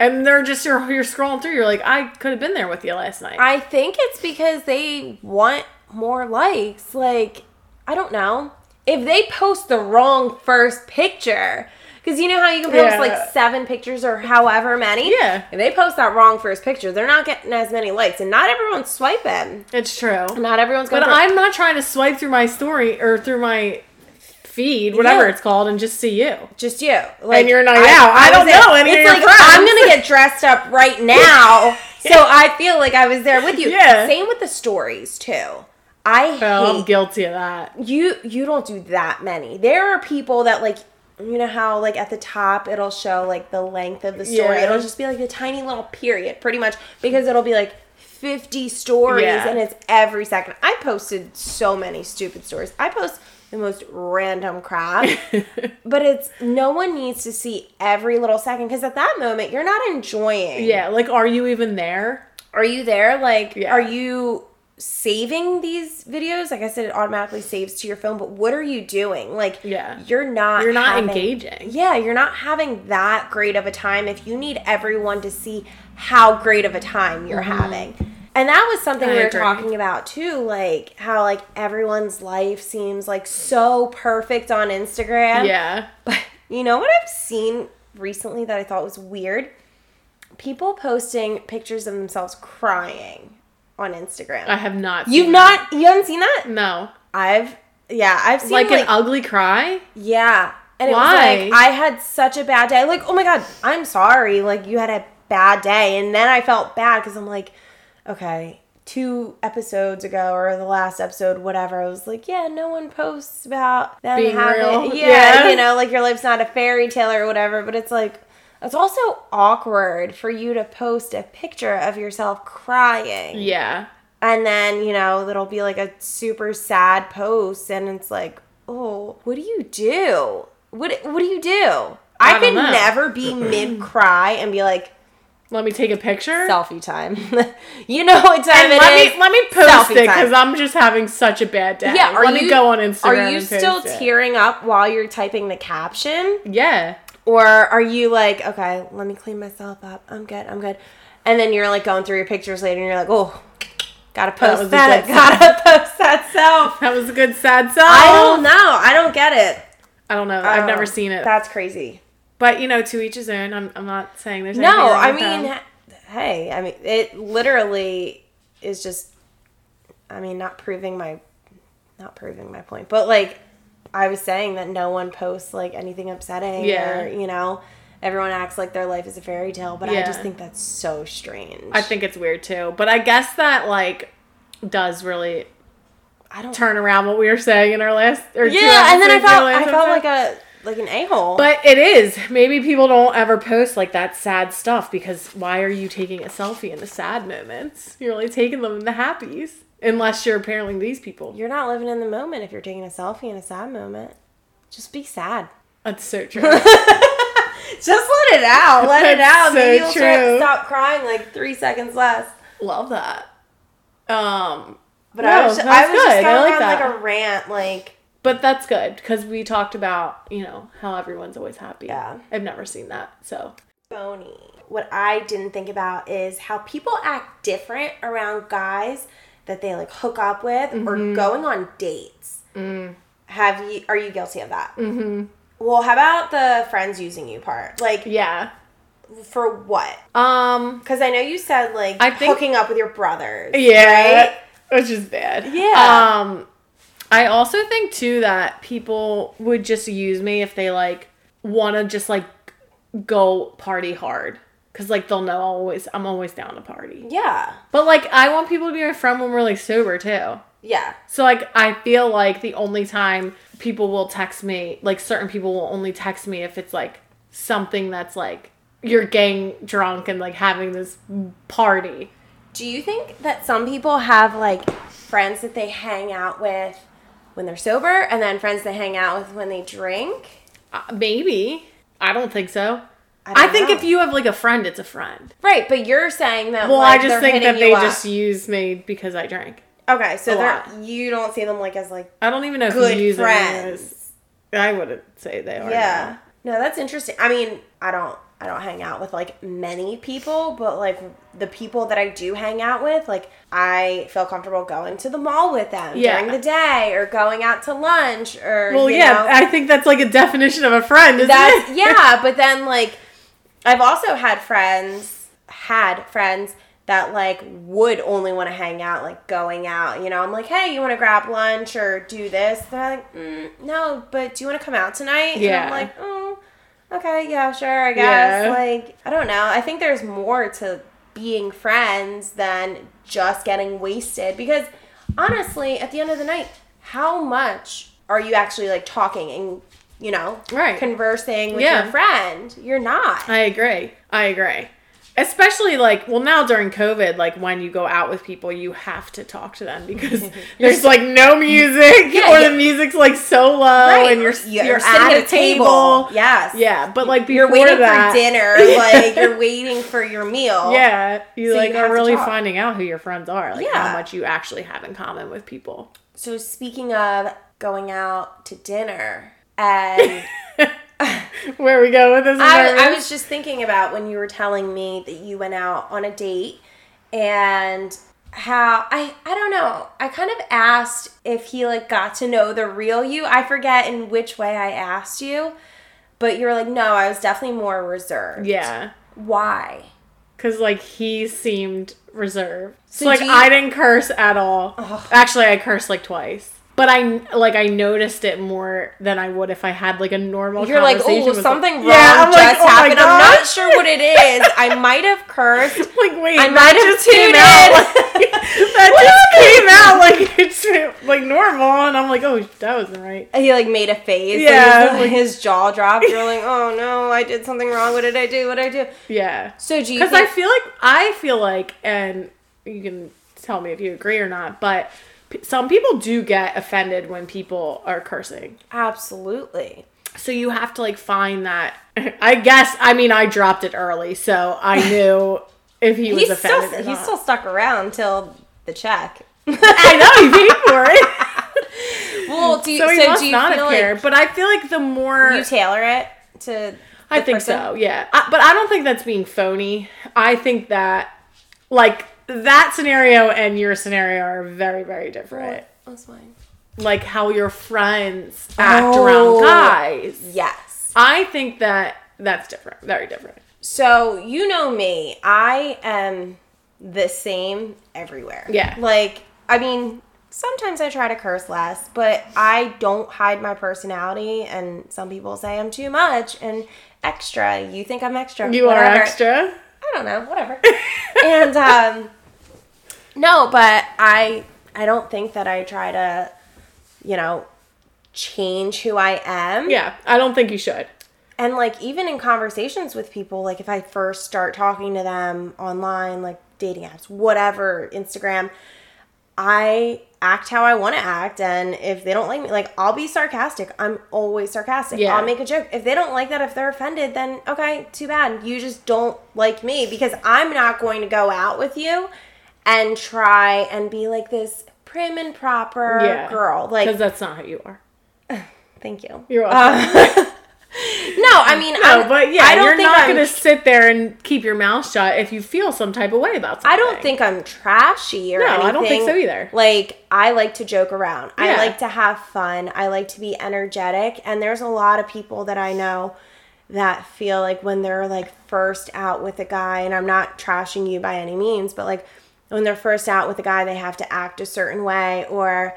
[SPEAKER 1] and they're just, you're, you're scrolling through, you're like, I could have been there with you last night.
[SPEAKER 2] I think it's because they want more likes. Like, I don't know. If they post the wrong first picture, because you know how you can post
[SPEAKER 1] Yeah.
[SPEAKER 2] like seven pictures or however many?
[SPEAKER 1] Yeah.
[SPEAKER 2] If they post that wrong first picture, they're not getting as many likes. And not everyone's swiping.
[SPEAKER 1] it's true.
[SPEAKER 2] Not everyone's going
[SPEAKER 1] But
[SPEAKER 2] to.
[SPEAKER 1] I'm not trying to swipe through my story or through my feed, whatever
[SPEAKER 2] Yeah.
[SPEAKER 1] it's called, and just see you.
[SPEAKER 2] just you. Like,
[SPEAKER 1] you're not out. I don't
[SPEAKER 2] was there.
[SPEAKER 1] know any
[SPEAKER 2] It's
[SPEAKER 1] of your
[SPEAKER 2] like
[SPEAKER 1] friends.
[SPEAKER 2] I'm gonna get dressed up right now, so I feel like I was there with you.
[SPEAKER 1] Yeah.
[SPEAKER 2] Same with the stories too. I
[SPEAKER 1] Oh, I'm
[SPEAKER 2] hate
[SPEAKER 1] guilty of that.
[SPEAKER 2] you. You don't do that many. There are people that like. You know how like at the top it'll show like the length of the story.
[SPEAKER 1] Yeah.
[SPEAKER 2] It'll just be like a tiny little period, pretty much, because it'll be like. 50 stories
[SPEAKER 1] Yeah.
[SPEAKER 2] and it's every second. I posted so many stupid stories. I post the most random crap. But it's no one needs to see every little second because at that moment you're not enjoying.
[SPEAKER 1] yeah, like, are you even there?
[SPEAKER 2] Are you there? Like,
[SPEAKER 1] Yeah.
[SPEAKER 2] are you saving these videos? Like I said, it automatically saves to your phone. But what are you doing? Like,
[SPEAKER 1] Yeah.
[SPEAKER 2] you're not.
[SPEAKER 1] You're not
[SPEAKER 2] having-
[SPEAKER 1] engaging.
[SPEAKER 2] Yeah, you're not having that great of a time if you need everyone to see how great of a time you're having. And that was something
[SPEAKER 1] Mm-hmm. I
[SPEAKER 2] we were
[SPEAKER 1] agree.
[SPEAKER 2] talking about too, like how like everyone's life seems like so perfect on Instagram.
[SPEAKER 1] Yeah.
[SPEAKER 2] But you know what I've seen recently that I thought was weird? People posting pictures of themselves crying on Instagram.
[SPEAKER 1] I have not. Seen
[SPEAKER 2] You've not you haven't seen that?
[SPEAKER 1] No.
[SPEAKER 2] I've yeah, I've seen
[SPEAKER 1] Like,
[SPEAKER 2] like, Mm.
[SPEAKER 1] an ugly cry?
[SPEAKER 2] yeah. And it
[SPEAKER 1] Why?
[SPEAKER 2] was like I had such a bad day. Like, oh my god, I'm sorry. Like you had a bad day. And then I felt bad cuz I'm like, okay, two episodes ago or the last episode whatever, I was like, yeah, no one posts about them
[SPEAKER 1] Being
[SPEAKER 2] having
[SPEAKER 1] real.
[SPEAKER 2] yeah,
[SPEAKER 1] Yeah.
[SPEAKER 2] you know, like your life's not a fairy tale or whatever, but it's like it's also awkward for you to post a picture of yourself crying.
[SPEAKER 1] Yeah.
[SPEAKER 2] And then, you know, it'll be like a super sad post and it's like, "Oh, what do you do? What what do you do?" I,
[SPEAKER 1] I don't
[SPEAKER 2] could
[SPEAKER 1] know.
[SPEAKER 2] never be mid cry and be like
[SPEAKER 1] Let me take a picture.
[SPEAKER 2] selfie time. you know what
[SPEAKER 1] and
[SPEAKER 2] time it is?
[SPEAKER 1] let me let me post
[SPEAKER 2] Selfie
[SPEAKER 1] it
[SPEAKER 2] time.
[SPEAKER 1] because I'm just having such a bad day.
[SPEAKER 2] yeah, are
[SPEAKER 1] let
[SPEAKER 2] you
[SPEAKER 1] me go on Instagram.
[SPEAKER 2] Are you
[SPEAKER 1] and post
[SPEAKER 2] still
[SPEAKER 1] it.
[SPEAKER 2] tearing up while you're typing the caption?
[SPEAKER 1] Yeah.
[SPEAKER 2] Or are you like, okay, let me clean myself up. I'm good. I'm good. And then you're like going through your pictures later and you're like, oh, gotta
[SPEAKER 1] was a
[SPEAKER 2] post that.
[SPEAKER 1] good
[SPEAKER 2] Gotta post that self.
[SPEAKER 1] That was a good sad song.
[SPEAKER 2] I don't know. I don't get it.
[SPEAKER 1] I don't know. Oh. I've
[SPEAKER 2] Oh,
[SPEAKER 1] never seen it.
[SPEAKER 2] That's crazy.
[SPEAKER 1] But you know, to each his own. I'm, I'm not saying there's anything
[SPEAKER 2] No,
[SPEAKER 1] wrong
[SPEAKER 2] I
[SPEAKER 1] with them.
[SPEAKER 2] mean, hey, I mean, it literally is just, I mean, not proving my, not proving my point, but like, I was saying that no one posts like anything upsetting.
[SPEAKER 1] Yeah.
[SPEAKER 2] Or, you know, everyone acts like their life is a fairy tale, but I
[SPEAKER 1] Yeah.
[SPEAKER 2] just think that's so strange.
[SPEAKER 1] I think it's weird too. But I guess that like does really
[SPEAKER 2] I don't.
[SPEAKER 1] turn around what we were saying in our last or two
[SPEAKER 2] yeah, and then I
[SPEAKER 1] episodes in our
[SPEAKER 2] felt I
[SPEAKER 1] last
[SPEAKER 2] felt
[SPEAKER 1] episode.
[SPEAKER 2] like a like an a hole.
[SPEAKER 1] But it is. Maybe people don't ever post like that sad stuff because why are you taking a selfie in the sad moments? You're only taking them in the happies. Unless you're apparently these people.
[SPEAKER 2] you're not living in the moment if you're taking a selfie in a sad moment. Just be sad.
[SPEAKER 1] That's so true.
[SPEAKER 2] Just let it out. Let it
[SPEAKER 1] That's
[SPEAKER 2] out.
[SPEAKER 1] so
[SPEAKER 2] Maybe you'll try-
[SPEAKER 1] true.
[SPEAKER 2] stop crying like three seconds less.
[SPEAKER 1] Love that. Um
[SPEAKER 2] But
[SPEAKER 1] No,
[SPEAKER 2] I was,
[SPEAKER 1] that's
[SPEAKER 2] I was just
[SPEAKER 1] good.
[SPEAKER 2] kind
[SPEAKER 1] I
[SPEAKER 2] of
[SPEAKER 1] like
[SPEAKER 2] on
[SPEAKER 1] that.
[SPEAKER 2] like a rant, like
[SPEAKER 1] but that's good because we talked about, you know, how everyone's always happy.
[SPEAKER 2] Yeah.
[SPEAKER 1] I've never seen that. So
[SPEAKER 2] phony. What I didn't think about is how people act different around guys that they like hook up with
[SPEAKER 1] Mm-hmm.
[SPEAKER 2] or going on dates.
[SPEAKER 1] Mm.
[SPEAKER 2] Have you? Are you guilty of that? Mm-hmm. Well, how about the friends using you part? Like
[SPEAKER 1] yeah.
[SPEAKER 2] for what?
[SPEAKER 1] Um
[SPEAKER 2] Because I know you said like
[SPEAKER 1] I think-
[SPEAKER 2] hooking up with your brothers.
[SPEAKER 1] Yeah.
[SPEAKER 2] Right?
[SPEAKER 1] Which is bad.
[SPEAKER 2] Yeah.
[SPEAKER 1] Um I also think too that people would just use me if they like wanna just like go party hard. Cause like they'll know I'll always I'm always down to party.
[SPEAKER 2] Yeah.
[SPEAKER 1] But like I want people to be my friend when we're like sober too.
[SPEAKER 2] Yeah.
[SPEAKER 1] So like I feel like the only time people will text me, like certain people will only text me if it's like something that's like you're gang drunk and like having this party.
[SPEAKER 2] Do you think that some people have like friends that they hang out with when they're sober and then friends they hang out with when they drink?
[SPEAKER 1] Uh, maybe. I don't think so.
[SPEAKER 2] don't
[SPEAKER 1] I, think
[SPEAKER 2] know.
[SPEAKER 1] if you have like a friend, it's a friend.
[SPEAKER 2] Right, but you're saying that
[SPEAKER 1] Well,
[SPEAKER 2] like,
[SPEAKER 1] I
[SPEAKER 2] they're
[SPEAKER 1] just think
[SPEAKER 2] hitting
[SPEAKER 1] that they
[SPEAKER 2] you up.
[SPEAKER 1] just use me because I drank.
[SPEAKER 2] Okay,
[SPEAKER 1] a
[SPEAKER 2] so they're
[SPEAKER 1] lot.
[SPEAKER 2] you don't see them like as like
[SPEAKER 1] I don't even know if
[SPEAKER 2] good
[SPEAKER 1] you use me as-
[SPEAKER 2] friends.
[SPEAKER 1] I wouldn't say they are.
[SPEAKER 2] Yeah. No, that's interesting. I mean, I don't I don't hang out with like many people, but like the people that I do hang out with, like I feel comfortable going to the mall with them
[SPEAKER 1] Yeah.
[SPEAKER 2] during the day or going out to lunch or
[SPEAKER 1] Well,
[SPEAKER 2] you
[SPEAKER 1] yeah,
[SPEAKER 2] know,
[SPEAKER 1] I think that's like a definition of a friend, isn't
[SPEAKER 2] that's
[SPEAKER 1] it?
[SPEAKER 2] yeah, but then like I've also had friends had friends that like would only want to hang out like going out you know i'm like hey you want to grab lunch or do this they're like mm, no but do you want to come out tonight and
[SPEAKER 1] Yeah.
[SPEAKER 2] i'm like oh okay yeah sure i guess
[SPEAKER 1] Yeah.
[SPEAKER 2] like i don't know i think there's more to being friends than just getting wasted because honestly at the end of the night how much are you actually like talking and you know
[SPEAKER 1] Right.
[SPEAKER 2] conversing with
[SPEAKER 1] Yeah.
[SPEAKER 2] your friend you're not
[SPEAKER 1] I agree. I agree. Especially like, well, now during COVID, like when you go out with people, you have to talk to them because there's like no music
[SPEAKER 2] Yeah,
[SPEAKER 1] or
[SPEAKER 2] yeah.
[SPEAKER 1] the music's like so low
[SPEAKER 2] Right.
[SPEAKER 1] Oh, and you're, you're, sitting
[SPEAKER 2] at
[SPEAKER 1] at a table.
[SPEAKER 2] Yes.
[SPEAKER 1] Yeah, but like before
[SPEAKER 2] You're waiting
[SPEAKER 1] that,
[SPEAKER 2] for dinner. Like you're waiting for your meal.
[SPEAKER 1] Yeah, you
[SPEAKER 2] So
[SPEAKER 1] like
[SPEAKER 2] you have
[SPEAKER 1] are
[SPEAKER 2] to
[SPEAKER 1] really
[SPEAKER 2] talk.
[SPEAKER 1] finding out who your friends are, like
[SPEAKER 2] Yeah.
[SPEAKER 1] how much you actually have in common with people.
[SPEAKER 2] So speaking of going out to dinner, and
[SPEAKER 1] Where we go with this?
[SPEAKER 2] I, I
[SPEAKER 1] Marvin?
[SPEAKER 2] was just thinking about when you were telling me that you went out on a date and how I I don't know. I kind of asked if he like got to know the real you. I forget in which way I asked you, but you were like, "No, I was definitely more reserved."
[SPEAKER 1] yeah,
[SPEAKER 2] Why?
[SPEAKER 1] because like he seemed reserved. So,
[SPEAKER 2] So
[SPEAKER 1] like
[SPEAKER 2] do you-
[SPEAKER 1] I didn't curse at all. Actually, I cursed like twice. But I like I noticed it more than I would if I had like a normal.
[SPEAKER 2] You're like,
[SPEAKER 1] conversation
[SPEAKER 2] oh,
[SPEAKER 1] with-
[SPEAKER 2] something wrong
[SPEAKER 1] Yeah, I'm
[SPEAKER 2] just
[SPEAKER 1] like, oh my
[SPEAKER 2] happened. I'm
[SPEAKER 1] God.
[SPEAKER 2] not sure what it is. I might have cursed.
[SPEAKER 1] Like wait,
[SPEAKER 2] I
[SPEAKER 1] that
[SPEAKER 2] might have
[SPEAKER 1] just came
[SPEAKER 2] tuned
[SPEAKER 1] out.
[SPEAKER 2] in.
[SPEAKER 1] Like, that just came out like it's like normal, and I'm like, oh, that wasn't right.
[SPEAKER 2] And He like made a face.
[SPEAKER 1] Yeah,
[SPEAKER 2] Yeah, like, his jaw dropped. You're like, oh no, I did something wrong. What did I do? What did I do?
[SPEAKER 1] Yeah.
[SPEAKER 2] So do you?
[SPEAKER 1] because I
[SPEAKER 2] Think,
[SPEAKER 1] feel like I feel like, and you can tell me if you agree or not, but p- some people do get offended when people are cursing.
[SPEAKER 2] absolutely.
[SPEAKER 1] So you have to like find that. I guess I mean I dropped it early, so I knew if he was
[SPEAKER 2] He's still
[SPEAKER 1] offended. or
[SPEAKER 2] he's
[SPEAKER 1] not.
[SPEAKER 2] still stuck around till the check.
[SPEAKER 1] I know he paid for it,
[SPEAKER 2] Well, do you?
[SPEAKER 1] so
[SPEAKER 2] So,
[SPEAKER 1] he must
[SPEAKER 2] do you
[SPEAKER 1] not
[SPEAKER 2] feel
[SPEAKER 1] have cared.
[SPEAKER 2] like
[SPEAKER 1] but I feel like the more
[SPEAKER 2] you tailor it to?
[SPEAKER 1] I
[SPEAKER 2] the
[SPEAKER 1] think
[SPEAKER 2] person?
[SPEAKER 1] so, yeah. I, but I don't think that's being phony. I think that, like, that scenario and your scenario are very, very different.
[SPEAKER 2] That's fine.
[SPEAKER 1] Like, how your friends act
[SPEAKER 2] Oh.
[SPEAKER 1] around guys.
[SPEAKER 2] Yes.
[SPEAKER 1] I think that that's different, very different.
[SPEAKER 2] So you know me, I am the same everywhere.
[SPEAKER 1] Yeah.
[SPEAKER 2] Like I mean, sometimes I try to curse less, but I don't hide my personality. And some people say I'm too much and extra. You think I'm extra?
[SPEAKER 1] You
[SPEAKER 2] whatever.
[SPEAKER 1] are extra.
[SPEAKER 2] I don't know. Whatever. and um, no, but I I don't think that I try to, you know, change who I am.
[SPEAKER 1] Yeah, I don't think you should.
[SPEAKER 2] And like even in conversations with people, like if I first start talking to them online, like dating apps, whatever, Instagram, I act how I want to act and if they don't like me, like I'll be sarcastic. I'm always sarcastic.
[SPEAKER 1] Yeah.
[SPEAKER 2] I'll make a joke. If they don't like that, if they're offended, then okay, too bad. You just don't like me because I'm not going to go out with you and try and be like this prim and proper
[SPEAKER 1] Yeah.
[SPEAKER 2] girl. Like
[SPEAKER 1] Because that's not who you are.
[SPEAKER 2] thank you.
[SPEAKER 1] You're welcome.
[SPEAKER 2] No, I mean,
[SPEAKER 1] no,
[SPEAKER 2] I'm-
[SPEAKER 1] but yeah,
[SPEAKER 2] I don't
[SPEAKER 1] you're
[SPEAKER 2] think
[SPEAKER 1] not
[SPEAKER 2] I'm
[SPEAKER 1] going to sit there and keep your mouth shut if you feel some type of way about something.
[SPEAKER 2] I don't think I'm trashy or
[SPEAKER 1] No,
[SPEAKER 2] anything.
[SPEAKER 1] I don't think so either.
[SPEAKER 2] Like I like to joke around. I
[SPEAKER 1] Yeah.
[SPEAKER 2] like to have fun. I like to be energetic. And there's a lot of people that I know that feel like when they're like first out with a guy, and I'm not trashing you by any means, but like when they're first out with a guy, they have to act a certain way or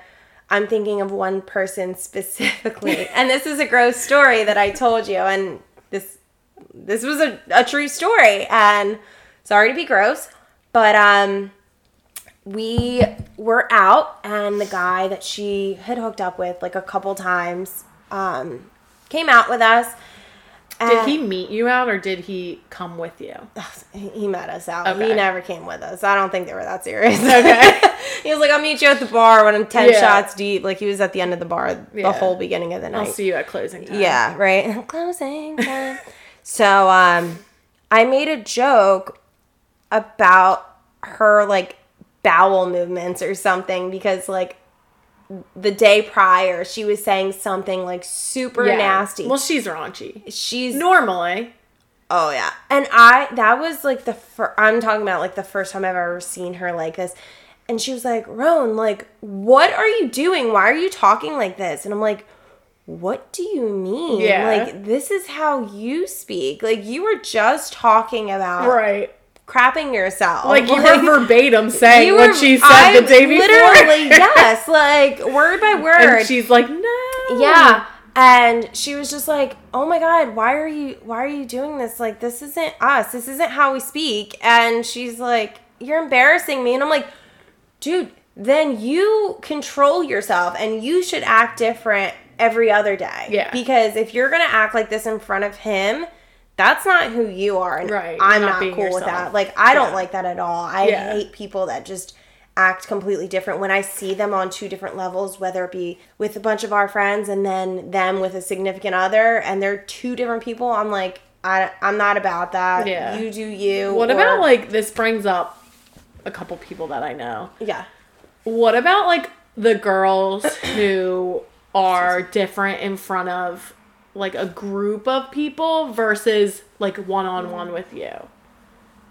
[SPEAKER 2] I'm thinking of one person specifically. and this is a gross story that I told you and this this was a, a true story and sorry to be gross but um we were out and the guy that she had hooked up with like a couple times um came out with us
[SPEAKER 1] Did he meet you out or did he come with you?
[SPEAKER 2] he he met us out he
[SPEAKER 1] Okay.
[SPEAKER 2] never came with us i don't think they were that serious okay he was like i'll meet you at the bar when i'm 10
[SPEAKER 1] Yeah.
[SPEAKER 2] shots deep like he was at the end of the bar the
[SPEAKER 1] Yeah.
[SPEAKER 2] whole beginning of the night
[SPEAKER 1] I'll see you at closing time.
[SPEAKER 2] Yeah, right. Closing time. so um I made a joke about her like bowel movements or something because like the day prior she was saying something like super
[SPEAKER 1] Yeah.
[SPEAKER 2] nasty.
[SPEAKER 1] Well, she's raunchy.
[SPEAKER 2] She's
[SPEAKER 1] Normally.
[SPEAKER 2] oh yeah. And I that was like the fir- I'm talking about like the first time I've ever seen her like this. And she was like, "Roan, like what are you doing? Why are you talking like this?" And I'm like, what do you mean?
[SPEAKER 1] Yeah.
[SPEAKER 2] Like, this is how you speak. Like, you were just talking about
[SPEAKER 1] Right.
[SPEAKER 2] crapping yourself.
[SPEAKER 1] Like you were verbatim saying
[SPEAKER 2] you
[SPEAKER 1] what
[SPEAKER 2] were-
[SPEAKER 1] she said
[SPEAKER 2] I
[SPEAKER 1] the day before.
[SPEAKER 2] Literally, yes. Like, word by word.
[SPEAKER 1] and she's like, no.
[SPEAKER 2] yeah.
[SPEAKER 1] Oh.
[SPEAKER 2] And she was just like, "Oh my god, why are you why are you doing this? Like this isn't us. This isn't how we speak." And she's like, "You're embarrassing me." And I'm like, "Dude, then you control yourself and you should act different every other day."
[SPEAKER 1] Yeah.
[SPEAKER 2] Because if you're going to act like this in front of him, that's not who you are. And
[SPEAKER 1] Right, you're
[SPEAKER 2] I'm
[SPEAKER 1] not
[SPEAKER 2] not,
[SPEAKER 1] being
[SPEAKER 2] cool with
[SPEAKER 1] yourself.
[SPEAKER 2] that. Like I don't
[SPEAKER 1] Yeah.
[SPEAKER 2] like that at all. I
[SPEAKER 1] Yeah.
[SPEAKER 2] hate people that just act completely different when I see them on two different levels, whether it be with a bunch of our friends and then them with a significant other, and they're two different people. I'm like, I, I'm not about that.
[SPEAKER 1] Yeah.
[SPEAKER 2] You do you.
[SPEAKER 1] What
[SPEAKER 2] or-
[SPEAKER 1] about like this brings up a couple people that I know.
[SPEAKER 2] Yeah.
[SPEAKER 1] What about like the girls who are different in front of like a group of people versus like one on
[SPEAKER 2] Mm.
[SPEAKER 1] one with you?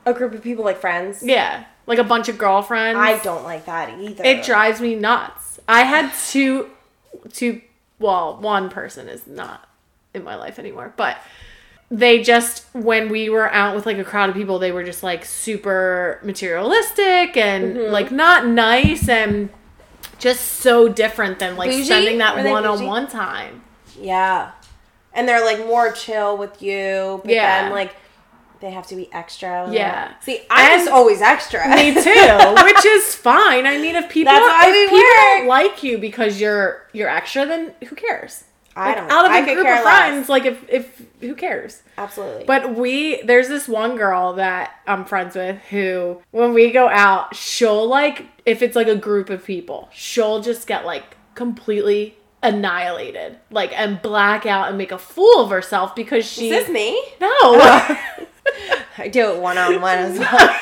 [SPEAKER 2] A group of people like friends.
[SPEAKER 1] Yeah. Like a bunch of girlfriends.
[SPEAKER 2] I don't like that either.
[SPEAKER 1] It drives me nuts. I had two, two, well, one person is not in my life anymore, but they just, when we were out with like a crowd of people, they were just like super materialistic and
[SPEAKER 2] Mm-hmm.
[SPEAKER 1] like not nice and just so different than like
[SPEAKER 2] Bougie?
[SPEAKER 1] spending that
[SPEAKER 2] Were they
[SPEAKER 1] one on
[SPEAKER 2] bougie?
[SPEAKER 1] one time.
[SPEAKER 2] Yeah. And they're like more chill with you, but
[SPEAKER 1] Yeah.
[SPEAKER 2] then like they have to be extra.
[SPEAKER 1] Yeah.
[SPEAKER 2] See, I'm
[SPEAKER 1] And-
[SPEAKER 2] just always extra.
[SPEAKER 1] Me too, which is fine. I mean, if people
[SPEAKER 2] That's why
[SPEAKER 1] if
[SPEAKER 2] we
[SPEAKER 1] people
[SPEAKER 2] work.
[SPEAKER 1] don't like you because you're you're extra, then who cares?
[SPEAKER 2] I
[SPEAKER 1] Like,
[SPEAKER 2] don't
[SPEAKER 1] out of a
[SPEAKER 2] I could
[SPEAKER 1] group
[SPEAKER 2] care
[SPEAKER 1] of
[SPEAKER 2] less.
[SPEAKER 1] friends, like if if who cares?
[SPEAKER 2] Absolutely.
[SPEAKER 1] But we there's this one girl that I'm friends with who when we go out, she'll like if it's like a group of people, she'll just get like completely annihilated, like and black out and make a fool of herself because she
[SPEAKER 2] is this me?
[SPEAKER 1] no.
[SPEAKER 2] I do it one on one as well.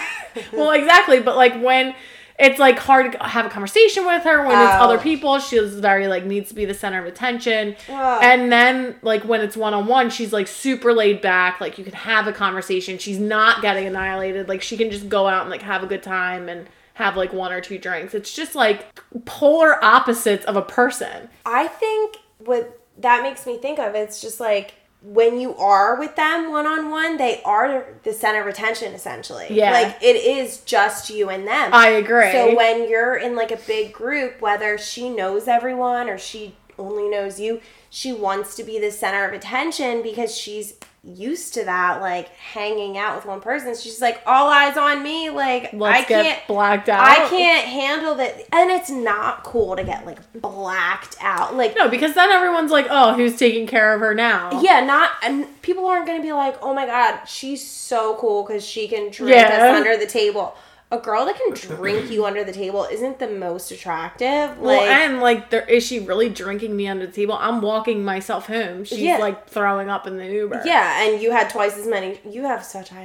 [SPEAKER 1] well, exactly. But like when it's like hard to have a conversation with her when it's
[SPEAKER 2] Oh.
[SPEAKER 1] other people, she's very like needs to be the center of attention.
[SPEAKER 2] Ugh.
[SPEAKER 1] And then like when it's one on one, she's like super laid back. Like you can have a conversation. She's not getting annihilated. Like she can just go out and like have a good time and have like one or two drinks. It's just like polar opposites of a person.
[SPEAKER 2] I think what that makes me think of it's just like when you are with them one on one, they are the center of attention essentially.
[SPEAKER 1] Yeah.
[SPEAKER 2] Like it is just you and them.
[SPEAKER 1] I agree.
[SPEAKER 2] So when you're in like a big group, whether she knows everyone or she only knows you, she wants to be the center of attention because she's used to that, like hanging out with one person. She's like, all eyes on me. Like,
[SPEAKER 1] Let's
[SPEAKER 2] I
[SPEAKER 1] get
[SPEAKER 2] can't.
[SPEAKER 1] blacked out.
[SPEAKER 2] I can't handle that, and it's not cool to get like blacked out. Like,
[SPEAKER 1] No, because then everyone's like, oh, who's taking care of her now?
[SPEAKER 2] yeah, not and people aren't gonna be like, oh my god, she's so cool because she can drink
[SPEAKER 1] Yeah.
[SPEAKER 2] us under the table. A girl that can drink you under the table isn't the most attractive. Like,
[SPEAKER 1] well, and like, there, is she really drinking me under the table? I'm walking myself home. She's
[SPEAKER 2] Yeah.
[SPEAKER 1] like throwing up in the Uber.
[SPEAKER 2] yeah, and you had twice as many. You have such high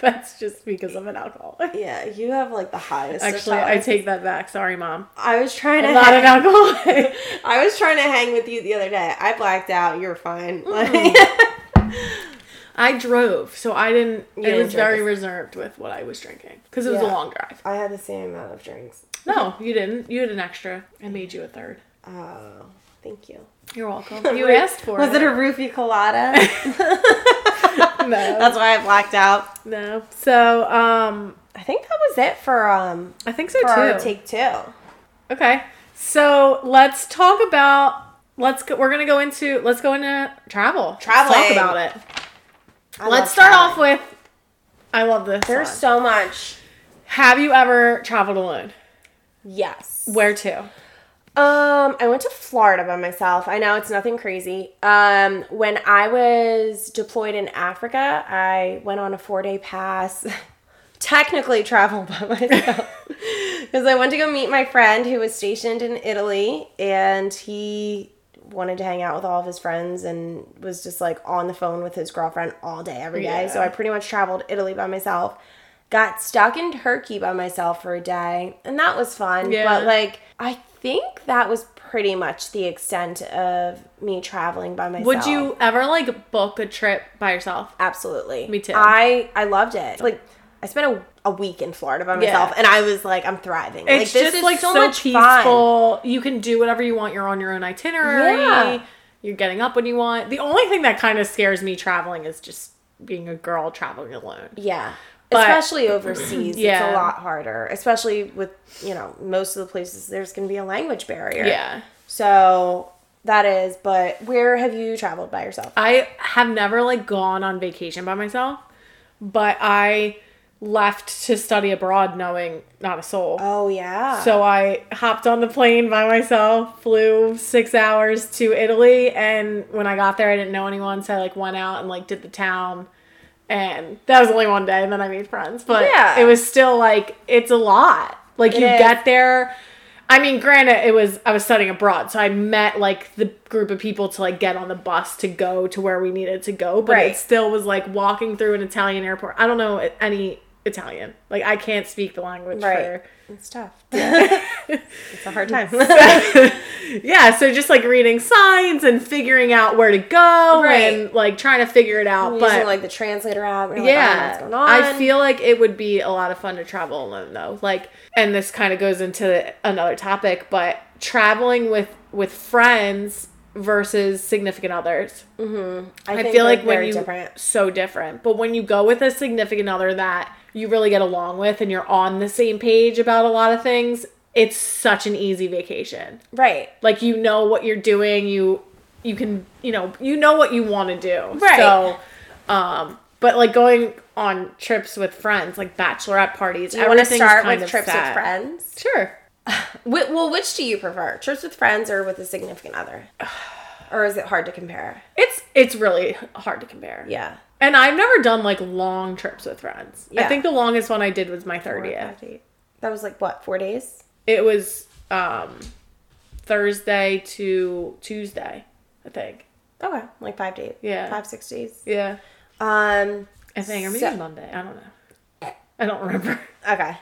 [SPEAKER 1] That's just because I'm an alcoholic.
[SPEAKER 2] yeah, you have like the highest. of
[SPEAKER 1] Actually, I
[SPEAKER 2] tolerance.
[SPEAKER 1] take that back. Sorry, mom.
[SPEAKER 2] I was trying to.
[SPEAKER 1] I'm not
[SPEAKER 2] hang-
[SPEAKER 1] an alcoholic.
[SPEAKER 2] I was trying to hang with you the other day. I blacked out. You're fine. Like,
[SPEAKER 1] Mm. I drove, so I didn't. it
[SPEAKER 2] didn't
[SPEAKER 1] was
[SPEAKER 2] drink
[SPEAKER 1] very
[SPEAKER 2] this-
[SPEAKER 1] reserved with what I was drinking because it was a
[SPEAKER 2] Yeah.
[SPEAKER 1] long drive.
[SPEAKER 2] I had the same amount of drinks.
[SPEAKER 1] No, you didn't. You had an extra. I made you a third.
[SPEAKER 2] Oh, thank you.
[SPEAKER 1] You're welcome. You asked for
[SPEAKER 2] Was it
[SPEAKER 1] it.
[SPEAKER 2] a roofie colada?
[SPEAKER 1] no,
[SPEAKER 2] That's why I blacked out.
[SPEAKER 1] no. So, um,
[SPEAKER 2] I think that was it for um
[SPEAKER 1] I think so
[SPEAKER 2] for
[SPEAKER 1] too.
[SPEAKER 2] our take two.
[SPEAKER 1] Okay. So let's talk about let's go, we're gonna go into let's go into travel. Let's
[SPEAKER 2] Traveling.
[SPEAKER 1] talk about it.
[SPEAKER 2] I love
[SPEAKER 1] let's start off
[SPEAKER 2] traveling.
[SPEAKER 1] with I love this.
[SPEAKER 2] There's
[SPEAKER 1] one.
[SPEAKER 2] so much.
[SPEAKER 1] Have you ever traveled alone?
[SPEAKER 2] Yes.
[SPEAKER 1] Where to?
[SPEAKER 2] Um, I went to Florida by myself. I know it's nothing crazy. Um, when I was deployed in Africa, I went on a four day pass. Technically, travel by myself because I went to go meet my friend who was stationed in Italy, and he wanted to hang out with all of his friends and was just like on the phone with his girlfriend all day every day. So
[SPEAKER 1] Yeah.
[SPEAKER 2] I pretty much traveled Italy by myself. Got stuck in Turkey by myself for a day, and that was fun.
[SPEAKER 1] Yeah.
[SPEAKER 2] But like, I think that was pretty much the extent of me traveling by myself.
[SPEAKER 1] Would you ever like book a trip by yourself?
[SPEAKER 2] Absolutely.
[SPEAKER 1] Me too.
[SPEAKER 2] I I loved it. Like, I spent a, a week in Florida by myself, and I was like, I'm thriving.
[SPEAKER 1] It's
[SPEAKER 2] like,
[SPEAKER 1] just like so, peaceful. You can do whatever you want. You're on your own itinerary.
[SPEAKER 2] Yeah.
[SPEAKER 1] You're getting up when you want. The only thing that kind of scares me traveling is just being a girl traveling alone.
[SPEAKER 2] Yeah.
[SPEAKER 1] But-
[SPEAKER 2] especially overseas,
[SPEAKER 1] Yeah.
[SPEAKER 2] it's a lot harder. Especially with you know most of the places, there's going to be a language barrier.
[SPEAKER 1] Yeah.
[SPEAKER 2] So that is. But where have you traveled by yourself?
[SPEAKER 1] I have never like gone on vacation by myself, but I left to study abroad knowing not a soul.
[SPEAKER 2] Oh yeah.
[SPEAKER 1] So I hopped on the plane by myself, flew six hours to Italy, and when I got there, I didn't know anyone, so I like went out and like did the town, and that was only one day, and then I made friends. But
[SPEAKER 2] Yeah.
[SPEAKER 1] it was still like it's a lot. Like you
[SPEAKER 2] is.
[SPEAKER 1] get there. I mean, granted, it was I was studying abroad, so I met like the group of people to like get on the bus to go to where we needed to go. But it
[SPEAKER 2] Right.
[SPEAKER 1] still was like walking through an Italian airport. I don't know any Italian. Like I can't speak the language
[SPEAKER 2] right.
[SPEAKER 1] for
[SPEAKER 2] It's tough. it's a hard time.
[SPEAKER 1] yeah so just like reading signs and figuring out where to go
[SPEAKER 2] Right.
[SPEAKER 1] and like trying to figure it out
[SPEAKER 2] using
[SPEAKER 1] but
[SPEAKER 2] like the translator app. and you're like, I don't know
[SPEAKER 1] yeah
[SPEAKER 2] what's going on.
[SPEAKER 1] i feel like it would be a lot of fun to travel alone though like and this kind of goes into another topic but traveling with with friends versus significant others i,
[SPEAKER 2] think
[SPEAKER 1] feel
[SPEAKER 2] they're
[SPEAKER 1] like when
[SPEAKER 2] very
[SPEAKER 1] you
[SPEAKER 2] different.
[SPEAKER 1] so different but when you go with a significant other that you really get along with and you're on the same page about a lot of things it's such an easy vacation
[SPEAKER 2] right.
[SPEAKER 1] like you know what you're doing you you can you know you know what you want to do
[SPEAKER 2] Right.
[SPEAKER 1] so um but like going on trips with friends like bachelorette parties
[SPEAKER 2] Do you want to start with trips with friends?
[SPEAKER 1] sure
[SPEAKER 2] Wh- well, which do you prefer, trips with friends or with a significant other? or is it hard to compare?
[SPEAKER 1] it's it's really hard to compare
[SPEAKER 2] Yeah.
[SPEAKER 1] and i've never done like long trips with friends i
[SPEAKER 2] Yeah.
[SPEAKER 1] think the longest one i did was my
[SPEAKER 2] Four,
[SPEAKER 1] 30th
[SPEAKER 2] five days. That was like what four days?
[SPEAKER 1] it was um thursday to tuesday i think
[SPEAKER 2] Okay, like five days.
[SPEAKER 1] Yeah.
[SPEAKER 2] five six days.
[SPEAKER 1] yeah
[SPEAKER 2] Um.
[SPEAKER 1] i think or maybe
[SPEAKER 2] So- Eh.
[SPEAKER 1] monday i don't know i don't remember
[SPEAKER 2] Okay.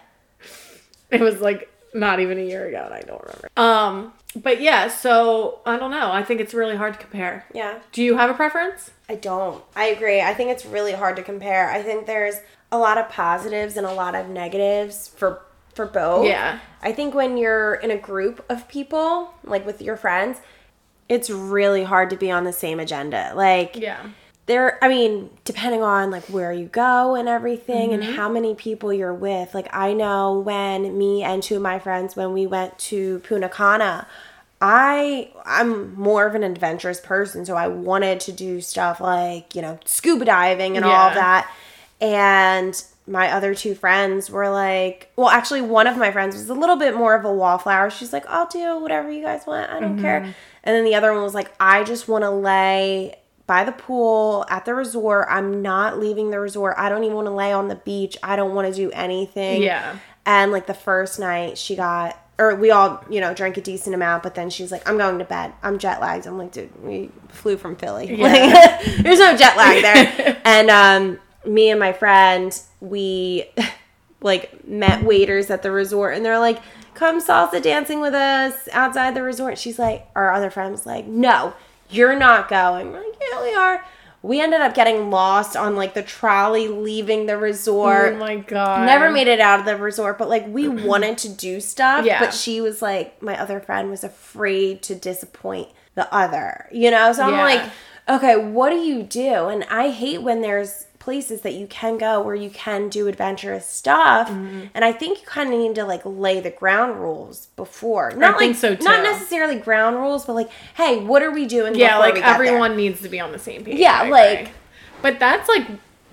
[SPEAKER 1] It was like not even a year ago, and I don't remember. Um, but yeah, so I don't know. I think it's really hard to compare.
[SPEAKER 2] Yeah.
[SPEAKER 1] Do you have a preference?
[SPEAKER 2] I don't. I agree. I think it's really hard to compare. I think there's a lot of positives and a lot of negatives for for both.
[SPEAKER 1] Yeah.
[SPEAKER 2] I think when you're in a group of people, like with your friends, it's really hard to be on the same agenda. Like
[SPEAKER 1] Yeah.
[SPEAKER 2] there I mean, depending on like where you go and everything and how many people you're with. Like I know when me and two of my friends when we went to Punakana, I I'm more of an adventurous person, so I wanted to do stuff like, you know, scuba diving and all
[SPEAKER 1] Yeah.
[SPEAKER 2] of that. And my other two friends were like, well, actually one of my friends was a little bit more of a wallflower. She's like, "I'll do whatever you guys want. I don't care." And then the other one was like, "I just want to lay by the pool at the resort. I'm not leaving the resort. I don't even want to lay on the beach. I don't want to do anything."
[SPEAKER 1] Yeah.
[SPEAKER 2] And like the first night, she got, or we all, you know, drank a decent amount, but then she's like, I'm going to bed. I'm jet lagged. I'm like, dude, we flew from Philly. Like, there's no jet lag there. and um, me and my friend, we like met waiters at the resort and they're like, come salsa dancing with us outside the resort. She's like, our other friend was like, no, you're not going. We're like, yeah, we are. We ended up getting lost on like the trolley leaving the resort.
[SPEAKER 1] Oh my god.
[SPEAKER 2] Never made it out of the resort, but like we wanted to do stuff.
[SPEAKER 1] Yeah.
[SPEAKER 2] But she was like, my other friend was afraid to disappoint the other, you know? So I'm
[SPEAKER 1] Yeah.
[SPEAKER 2] like, okay, what do you do? And I hate when there's places that you can go where you can do adventurous stuff.
[SPEAKER 1] Mm-hmm.
[SPEAKER 2] And I think you kind of need to like lay the ground rules before. Not
[SPEAKER 1] think
[SPEAKER 2] like,
[SPEAKER 1] so, too.
[SPEAKER 2] Not necessarily ground rules, but like, hey, what are we doing?
[SPEAKER 1] Yeah,
[SPEAKER 2] before
[SPEAKER 1] like
[SPEAKER 2] we get there?
[SPEAKER 1] everyone needs to be on the same page.
[SPEAKER 2] Yeah,
[SPEAKER 1] I
[SPEAKER 2] like-
[SPEAKER 1] agree. But that's like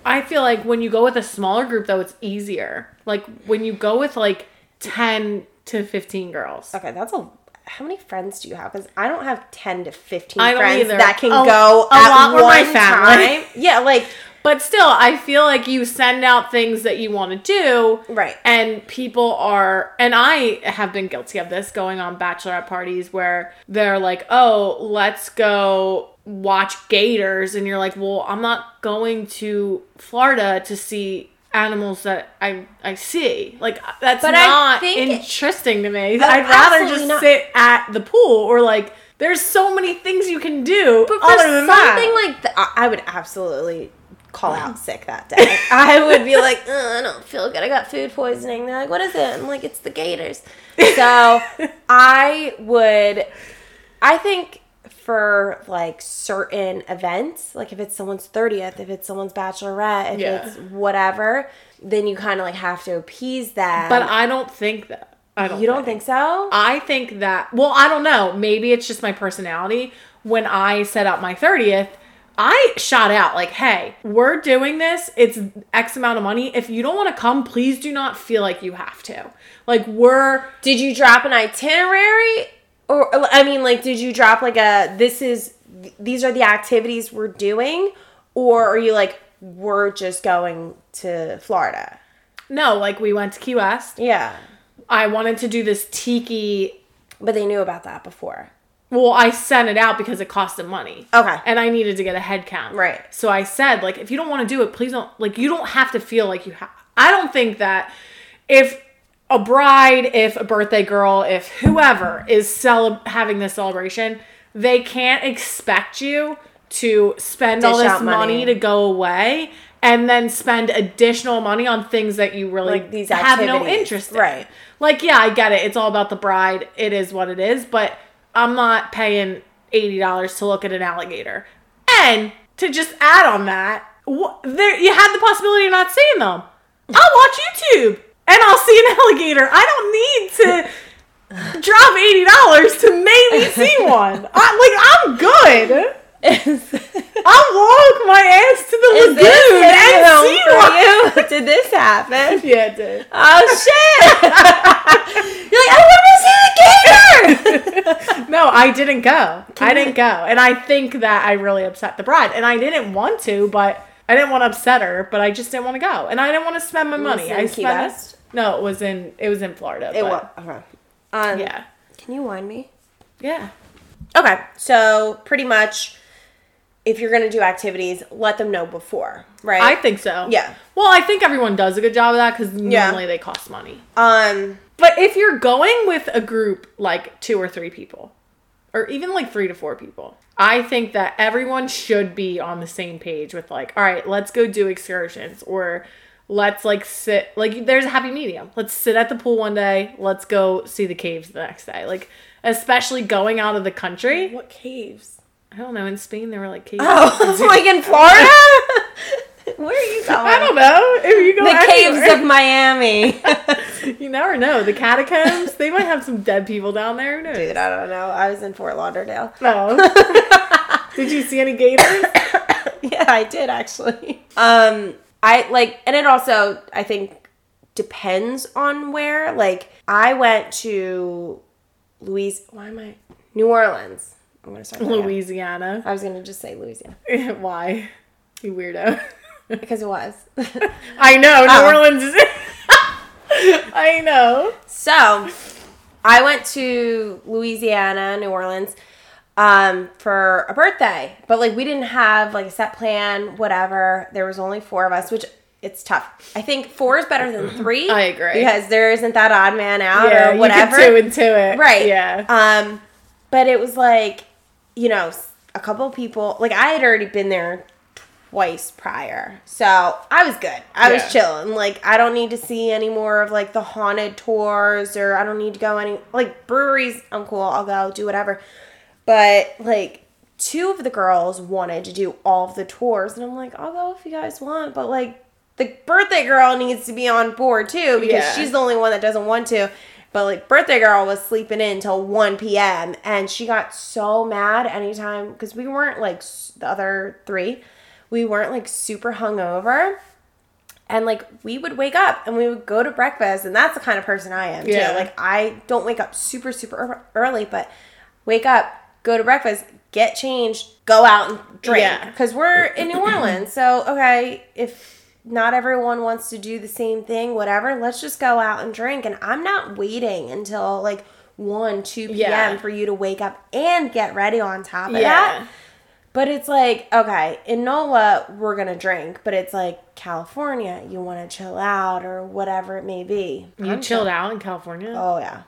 [SPEAKER 1] I feel like when you go with a smaller group though it's easier. Like when you go with like 10 to 15 girls.
[SPEAKER 2] Okay, that's a. How many friends do you have? Because I don't have ten to fifteen
[SPEAKER 1] I don't
[SPEAKER 2] friends
[SPEAKER 1] either.
[SPEAKER 2] that can
[SPEAKER 1] A-
[SPEAKER 2] go
[SPEAKER 1] a
[SPEAKER 2] at
[SPEAKER 1] lot were
[SPEAKER 2] one
[SPEAKER 1] my family.
[SPEAKER 2] time. Yeah, like
[SPEAKER 1] But still, I feel like you send out things that you want to do.
[SPEAKER 2] Right.
[SPEAKER 1] And people are, and I have been guilty of this going on bachelorette parties where they're like, oh, let's go watch gators. And you're like, well, I'm not going to Florida to see animals that I I see. Like that's
[SPEAKER 2] But I
[SPEAKER 1] not
[SPEAKER 2] think-
[SPEAKER 1] interesting to me.
[SPEAKER 2] Oh,
[SPEAKER 1] I'd rather
[SPEAKER 2] absolutely
[SPEAKER 1] just
[SPEAKER 2] not.
[SPEAKER 1] sit at the pool or like there's so many things you can do
[SPEAKER 2] but for
[SPEAKER 1] other
[SPEAKER 2] something
[SPEAKER 1] than that.
[SPEAKER 2] like that, I I would absolutely call out sick that day. I would be like, "Ugh, I don't feel good. I got food poisoning. They're like, what is it? I'm like, it's the Gators. So I would. I think for like certain events, like if it's someone's 30th, if it's someone's bachelorette, if
[SPEAKER 1] Yeah.
[SPEAKER 2] it's whatever, then you kind of like have to appease that.
[SPEAKER 1] But I don't think that. I don't
[SPEAKER 2] you don't think so?
[SPEAKER 1] I think that, well, I don't know. Maybe it's just my personality. When I set out my 30th, I shot out like, hey, we're doing this. It's X amount of money. If you don't want to come, please do not feel like you have to. Like, we're,
[SPEAKER 2] Did you drop an itinerary? Or I mean, like, did you drop like a this is these are the activities we're doing, or are you like we're just going to Florida?
[SPEAKER 1] no, like, we went to Key West.
[SPEAKER 2] Yeah,
[SPEAKER 1] I wanted to do this tiki.
[SPEAKER 2] but they knew about that before.
[SPEAKER 1] Well, I sent it out because it cost them money.
[SPEAKER 2] Okay.
[SPEAKER 1] And I needed to get a head count.
[SPEAKER 2] Right.
[SPEAKER 1] So I said, like, if you don't want to do it, please don't. Like, you don't have to feel like you have. I don't think that if a bride, if a birthday girl, if whoever is cele- having this celebration, they can't expect you to spend all
[SPEAKER 2] Dish
[SPEAKER 1] this
[SPEAKER 2] out
[SPEAKER 1] money.
[SPEAKER 2] money.
[SPEAKER 1] to go away and then spend additional money on things that you really
[SPEAKER 2] Like these
[SPEAKER 1] have no
[SPEAKER 2] activities.
[SPEAKER 1] interest in.
[SPEAKER 2] Right.
[SPEAKER 1] Like, yeah, I get it. It's all about the bride. It is what it is, but I'm not paying $80 to look at an alligator. And to just add on that, wh- there you had the possibility of not seeing them. I'll watch YouTube and I'll see an alligator. I don't need to drop $80 to maybe see one. I, like, I'm good. I'll walk my ass to the
[SPEAKER 2] Is this
[SPEAKER 1] lagoon
[SPEAKER 2] hitting
[SPEAKER 1] and
[SPEAKER 2] home
[SPEAKER 1] see
[SPEAKER 2] for
[SPEAKER 1] one.
[SPEAKER 2] you? Did this happen?
[SPEAKER 1] Yeah, it did.
[SPEAKER 2] Oh shit! You're like, I want to see the gator.
[SPEAKER 1] No, I didn't go. I didn't go. And I think that I really upset the bride. And I didn't want to, but I didn't want to upset her, but I just didn't want to go. And I didn't want to spend my money.
[SPEAKER 2] in
[SPEAKER 1] I
[SPEAKER 2] Key
[SPEAKER 1] spent
[SPEAKER 2] West?
[SPEAKER 1] No, it was in it was in Florida.
[SPEAKER 2] it
[SPEAKER 1] but-
[SPEAKER 2] will. Okay. Um,
[SPEAKER 1] Yeah.
[SPEAKER 2] Can you wind me?
[SPEAKER 1] Yeah.
[SPEAKER 2] Okay, so pretty much, if you're gonna do activities, let them know before, right?
[SPEAKER 1] I think so.
[SPEAKER 2] Yeah.
[SPEAKER 1] Well, I think everyone does a good job of that because normally
[SPEAKER 2] Yeah.
[SPEAKER 1] they cost money.
[SPEAKER 2] Um,
[SPEAKER 1] But if you're going with a group like two or three people, or even like three to four people, I think that everyone should be on the same page with like, all right, let's go do excursions or let's like sit like there's a happy medium. Let's sit at the pool one day, let's go see the caves the next day. Like especially going out of the country.
[SPEAKER 2] what caves?
[SPEAKER 1] I don't know, in Spain there were like caves.
[SPEAKER 2] Oh, like in Florida? Where are you
[SPEAKER 1] I
[SPEAKER 2] going?
[SPEAKER 1] don't know. If you go
[SPEAKER 2] The
[SPEAKER 1] anywhere-
[SPEAKER 2] caves of Miami.
[SPEAKER 1] You never know. The catacombs, they might have some dead people down there. Who knows?
[SPEAKER 2] Dude, I don't know. I was in Fort Lauderdale.
[SPEAKER 1] No. Did you see any gators?
[SPEAKER 2] yeah, I did actually. Um, I like, and it also I think depends on where. Like, I went to Louise. Why am I New Orleans? I'm gonna start. Louise.
[SPEAKER 1] Louisiana.
[SPEAKER 2] I was gonna just say Louisiana
[SPEAKER 1] Why? You weirdo.
[SPEAKER 2] because it was.
[SPEAKER 1] I know. New
[SPEAKER 2] Oh.
[SPEAKER 1] Orleans is. I know.
[SPEAKER 2] so, I went to Louisiana, New Orleans. Um, for a birthday, but like we didn't have like a set plan, whatever. There was only four of us, which it's tough. I think four is better than three.
[SPEAKER 1] I agree.
[SPEAKER 2] because there isn't that odd man out
[SPEAKER 1] yeah,
[SPEAKER 2] or Uh, whatever.
[SPEAKER 1] You could two into it.
[SPEAKER 2] Right.
[SPEAKER 1] Yeah.
[SPEAKER 2] Um, but it was like, you know, s- a couple of people. Like I had already been there twice prior, so I was good. I
[SPEAKER 1] Yeah.
[SPEAKER 2] was chilling. Like I don't need to see any more of like the haunted tours, or I don't need to go any like breweries. I'm cool. I'll go do whatever. But like. Two of the girls wanted to do all of the tours, and I'm like, I'll go if you guys want, but like, the birthday girl needs to be on board too because
[SPEAKER 1] Yeah.
[SPEAKER 2] she's the only one that doesn't want to. But like birthday girl was sleeping in till 1 p.m. and she got so mad anytime because we weren't like s- the other three, we weren't like super hungover. And like we would wake up and we would go to breakfast, and that's the kind of person I am
[SPEAKER 1] Yeah.
[SPEAKER 2] too. Like I don't wake up super super ear- early, but wake up, go to breakfast, get changed, go out and drink
[SPEAKER 1] Yeah.
[SPEAKER 2] because we're in New Orleans. So okay, if not everyone wants to do the same thing, whatever, let's just go out and drink. And I'm not waiting until like one, two p.m.
[SPEAKER 1] Yeah.
[SPEAKER 2] for you to wake up and get ready on top of that.
[SPEAKER 1] yeah.
[SPEAKER 2] But it's like, okay, in NOLA, we're going to drink, but it's like California, you want to chill out or whatever it may be.
[SPEAKER 1] You
[SPEAKER 2] I'm
[SPEAKER 1] chilled out in California?
[SPEAKER 2] chill- Oh, yeah.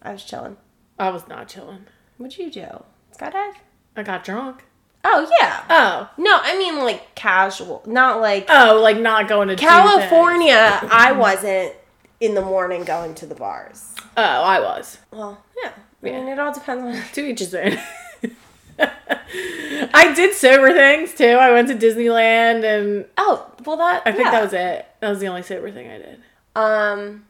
[SPEAKER 2] I was chilling.
[SPEAKER 1] I was not chilling.
[SPEAKER 2] What'd you do? Skydive?
[SPEAKER 1] I got drunk.
[SPEAKER 2] Oh, yeah.
[SPEAKER 1] Oh.
[SPEAKER 2] No, I mean like casual, not like
[SPEAKER 1] Oh, like not going to do things.
[SPEAKER 2] California. I wasn't in the morning going to the bars.
[SPEAKER 1] Oh, I was.
[SPEAKER 2] Well, yeah. I mean, it all depends on.
[SPEAKER 1] To each his own. I did sober things too. I went to Disneyland and
[SPEAKER 2] Oh, well, that.
[SPEAKER 1] I think that was it. That was the only sober thing I did.
[SPEAKER 2] Um,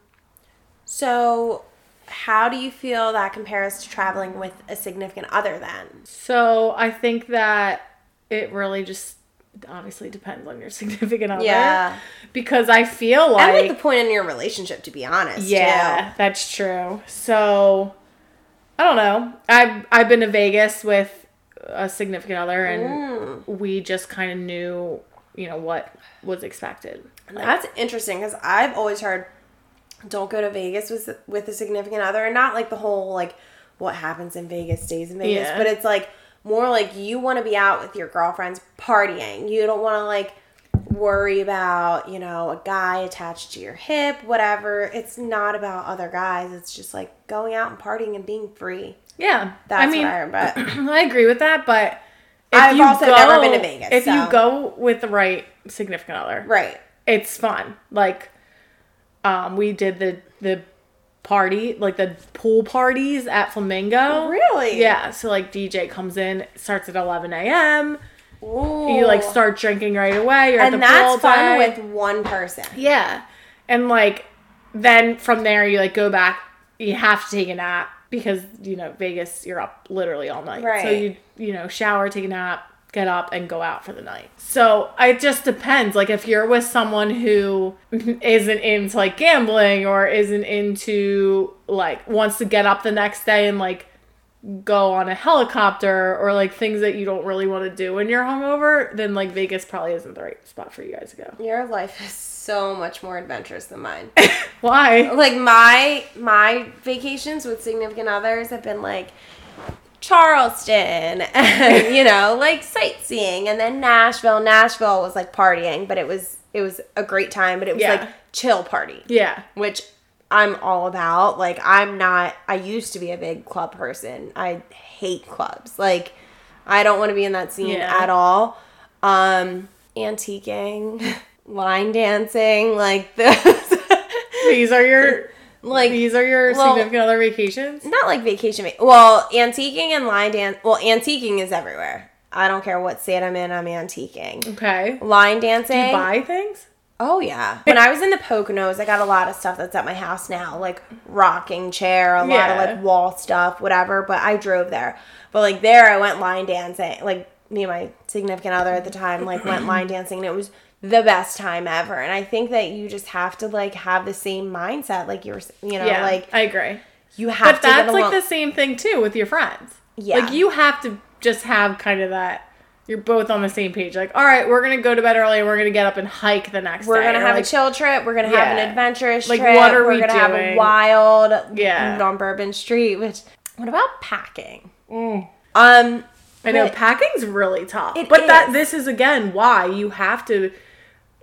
[SPEAKER 2] so how do you feel that compares to traveling with a significant other then?
[SPEAKER 1] So I think that it really just obviously depends on your significant other.
[SPEAKER 2] Yeah.
[SPEAKER 1] Because I feel like
[SPEAKER 2] I'm at the point in your relationship, to be honest.
[SPEAKER 1] Yeah, that's true. So I don't know. I've I've been to Vegas with a significant other and
[SPEAKER 2] Mm.
[SPEAKER 1] we just kind of knew, you know, what was expected.
[SPEAKER 2] too. That's interesting because I've always heard don't go to Vegas with with a significant other, and not like the whole like what happens in Vegas stays in Vegas,
[SPEAKER 1] Yeah.
[SPEAKER 2] but it's like more like you want to be out with your girlfriends partying. You don't want to like worry about you know a guy attached to your hip, whatever. It's not about other guys. It's just like going out and partying and being free.
[SPEAKER 1] Yeah.
[SPEAKER 2] That's
[SPEAKER 1] I mean,
[SPEAKER 2] what I remember.
[SPEAKER 1] I agree with that, but if
[SPEAKER 2] I've also never been to Vegas,
[SPEAKER 1] If
[SPEAKER 2] so-
[SPEAKER 1] you go with the right significant other,
[SPEAKER 2] right.
[SPEAKER 1] it's fun. Like, um, we did the the party, like the pool parties at Flamingo.
[SPEAKER 2] Really?
[SPEAKER 1] Yeah. So like DJ comes in, starts at eleven a.m.
[SPEAKER 2] Ooh.
[SPEAKER 1] You like start drinking right away. You're at the
[SPEAKER 2] and
[SPEAKER 1] pool all
[SPEAKER 2] that's fun
[SPEAKER 1] day.
[SPEAKER 2] with one person.
[SPEAKER 1] yeah, and like then from there you like go back. You have to take a nap because you know Vegas, you're up literally all night. So
[SPEAKER 2] Right.
[SPEAKER 1] you you know shower, take a nap, get up, and go out for the night. So it just depends. Like if you're with someone who isn't into like gambling or isn't into like wants to get up the next day and like go on a helicopter or like things that you don't really want to do when you're hungover, then like Vegas probably isn't the right spot for you guys to go.
[SPEAKER 2] Your life is so much more adventurous than mine.
[SPEAKER 1] Why?
[SPEAKER 2] like my my vacations with significant others have been like Charleston and you know, like sightseeing and then Nashville. Nashville was like partying, but it was it was a great time, but it was
[SPEAKER 1] Yeah.
[SPEAKER 2] like chill party,
[SPEAKER 1] Yeah.
[SPEAKER 2] which I'm all about. Like I'm not I used to be a big club person. I hate clubs. Like I don't want to be in that scene
[SPEAKER 1] Yeah.
[SPEAKER 2] at all. Um antiquing, line dancing, like those
[SPEAKER 1] These are your
[SPEAKER 2] like
[SPEAKER 1] these are your
[SPEAKER 2] Well-
[SPEAKER 1] significant other vacations?
[SPEAKER 2] not like vacation. ma- Well, antiquing and line dance. Well, antiquing is everywhere. I don't care what state I'm in. I'm antiquing.
[SPEAKER 1] Okay.
[SPEAKER 2] Line dancing.
[SPEAKER 1] Buy things?
[SPEAKER 2] Oh yeah. When I was in the Poconos, I got a lot of stuff that's at my house now, like rocking chair, a lot of
[SPEAKER 1] Yeah.
[SPEAKER 2] like wall stuff, whatever. But I drove there. But like there, I went line dancing. Like me and my significant other at the time, like went line dancing, and it was the best time ever. And I think that you just have to like have the same mindset, like you were, s- you know,
[SPEAKER 1] yeah,
[SPEAKER 2] like
[SPEAKER 1] I agree.
[SPEAKER 2] you have
[SPEAKER 1] But
[SPEAKER 2] to. get
[SPEAKER 1] that's like
[SPEAKER 2] along-
[SPEAKER 1] the same thing too with your friends.
[SPEAKER 2] Yeah.
[SPEAKER 1] Like you have to just have kind of that. You're both on the same page. Like, all right, we're gonna go to bed early. and We're gonna get up and hike the next
[SPEAKER 2] We're
[SPEAKER 1] day.
[SPEAKER 2] gonna
[SPEAKER 1] Or,
[SPEAKER 2] have
[SPEAKER 1] like,
[SPEAKER 2] a chill trip. We're gonna have
[SPEAKER 1] Yeah.
[SPEAKER 2] an adventurous
[SPEAKER 1] Like,
[SPEAKER 2] trip.
[SPEAKER 1] what are
[SPEAKER 2] we're
[SPEAKER 1] we
[SPEAKER 2] gonna have a
[SPEAKER 1] doing?
[SPEAKER 2] wild
[SPEAKER 1] Yeah.
[SPEAKER 2] on Bourbon Street. Which what about packing?
[SPEAKER 1] Mm.
[SPEAKER 2] Um,
[SPEAKER 1] I know
[SPEAKER 2] but-
[SPEAKER 1] packing's really tough,
[SPEAKER 2] It
[SPEAKER 1] but that
[SPEAKER 2] is.
[SPEAKER 1] this is again why you have to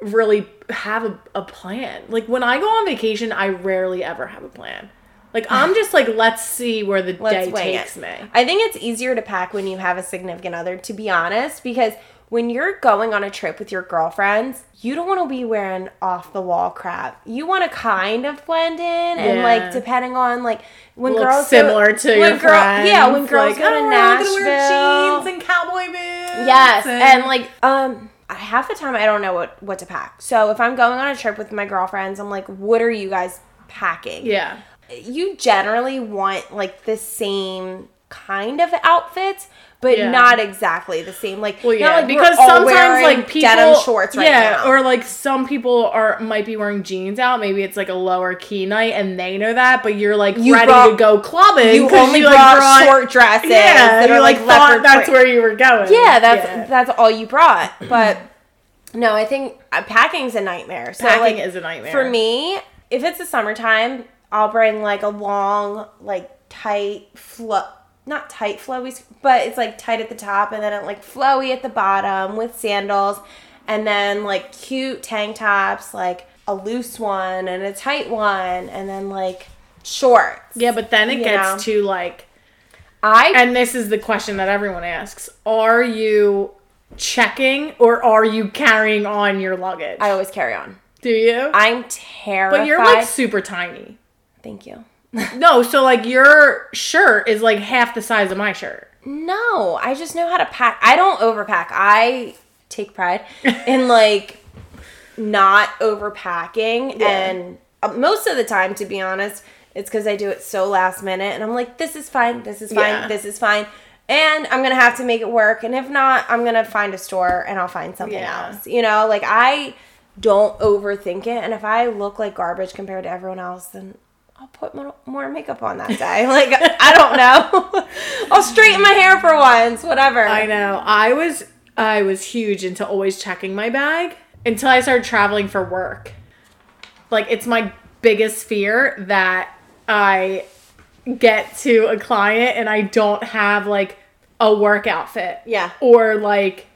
[SPEAKER 1] really have a, a plan. Like when I go on vacation, I rarely ever have a plan. Like I'm just like, let's see where the
[SPEAKER 2] let's
[SPEAKER 1] day
[SPEAKER 2] wing
[SPEAKER 1] takes
[SPEAKER 2] it.
[SPEAKER 1] me.
[SPEAKER 2] I think it's easier to pack when you have a significant other. To be honest, because when you're going on a trip with your girlfriends, you don't want to be wearing off the wall crap. You want to kind of blend in and
[SPEAKER 1] Yeah.
[SPEAKER 2] like depending on like when
[SPEAKER 1] Look
[SPEAKER 2] girls go-
[SPEAKER 1] similar to
[SPEAKER 2] when
[SPEAKER 1] your
[SPEAKER 2] girl- Yeah, when
[SPEAKER 1] friends,
[SPEAKER 2] girls
[SPEAKER 1] like,
[SPEAKER 2] go to
[SPEAKER 1] "Oh, I'm
[SPEAKER 2] Nashville,
[SPEAKER 1] gonna wear jeans and cowboy boots.
[SPEAKER 2] Yes, and, like um half the time I don't know what what to pack. So if I'm going on a trip with my girlfriends, I'm like, what are you guys packing?
[SPEAKER 1] yeah,
[SPEAKER 2] You generally want like the same kind of outfits, but
[SPEAKER 1] Yeah.
[SPEAKER 2] not exactly the same. Like,
[SPEAKER 1] well,
[SPEAKER 2] not
[SPEAKER 1] yeah,
[SPEAKER 2] like we're
[SPEAKER 1] because
[SPEAKER 2] all
[SPEAKER 1] sometimes
[SPEAKER 2] wearing
[SPEAKER 1] like people
[SPEAKER 2] denim shorts right
[SPEAKER 1] yeah,
[SPEAKER 2] now.
[SPEAKER 1] or like some people are might be wearing jeans out. Maybe it's like a lower key night, and they know that, but you're like
[SPEAKER 2] You
[SPEAKER 1] ready
[SPEAKER 2] brought-
[SPEAKER 1] to go clubbing.
[SPEAKER 2] you
[SPEAKER 1] 'cause
[SPEAKER 2] only
[SPEAKER 1] like,
[SPEAKER 2] brought,
[SPEAKER 1] brought-
[SPEAKER 2] short dresses.
[SPEAKER 1] Yeah,
[SPEAKER 2] that
[SPEAKER 1] you
[SPEAKER 2] are
[SPEAKER 1] like, thought
[SPEAKER 2] leopard
[SPEAKER 1] that's
[SPEAKER 2] print.
[SPEAKER 1] where you were going.
[SPEAKER 2] Yeah, that's that's all you brought. But no, I think uh, packing's a nightmare. So
[SPEAKER 1] Packing
[SPEAKER 2] like,
[SPEAKER 1] is a nightmare.
[SPEAKER 2] for me. If it's the summertime, I'll bring like a long, like tight flow, not tight flowy, but it's like tight at the top and then it like flowy at the bottom with sandals, and then like cute tank tops, like a loose one and a tight one, and then like shorts.
[SPEAKER 1] yeah, but then it
[SPEAKER 2] You
[SPEAKER 1] gets
[SPEAKER 2] know.
[SPEAKER 1] to like,
[SPEAKER 2] I
[SPEAKER 1] and this is the question that everyone asks: Are you checking or are you carrying on your luggage?
[SPEAKER 2] I always carry on.
[SPEAKER 1] Do you?
[SPEAKER 2] I'm terrified.
[SPEAKER 1] but you're like super tiny.
[SPEAKER 2] Thank you.
[SPEAKER 1] No, so like your shirt is like half the size of my shirt.
[SPEAKER 2] No, I just know how to pack. I don't overpack. I take pride in like not overpacking
[SPEAKER 1] Yeah.
[SPEAKER 2] and uh, most of the time to be honest, it's cuz I do it so last minute and I'm like this is fine, this is fine,
[SPEAKER 1] Yeah.
[SPEAKER 2] this is fine. And I'm going to have to make it work and if not, I'm going to find a store and I'll find something
[SPEAKER 1] Yeah.
[SPEAKER 2] else. You know, like I don't overthink it and if I look like garbage compared to everyone else then I'll put mo- more makeup on that day. Like I don't know. I'll straighten my hair for once. Whatever.
[SPEAKER 1] I know. I was I was huge into always checking my bag until I started traveling for work. Like it's my biggest fear that I get to a client and I don't have like a work outfit.
[SPEAKER 2] Yeah.
[SPEAKER 1] Or like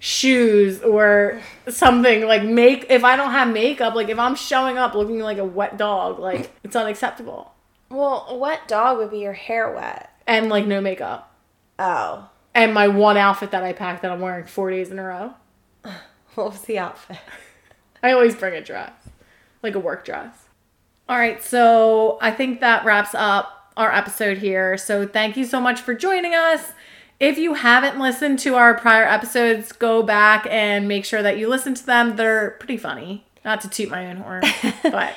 [SPEAKER 1] shoes or something like make if I don't have makeup, like if I'm showing up looking like a wet dog, like it's unacceptable.
[SPEAKER 2] Well, what dog would be your hair wet?
[SPEAKER 1] And like no makeup.
[SPEAKER 2] Oh,
[SPEAKER 1] And my one outfit that I packed that I'm wearing four days in a row.
[SPEAKER 2] what was the outfit?
[SPEAKER 1] I always bring a dress, like a work dress. All right, so I think that wraps up our episode here. So thank you so much for joining us. If you haven't listened to our prior episodes, go back and make sure that you listen to them. They're pretty funny. Not to toot my own horn, but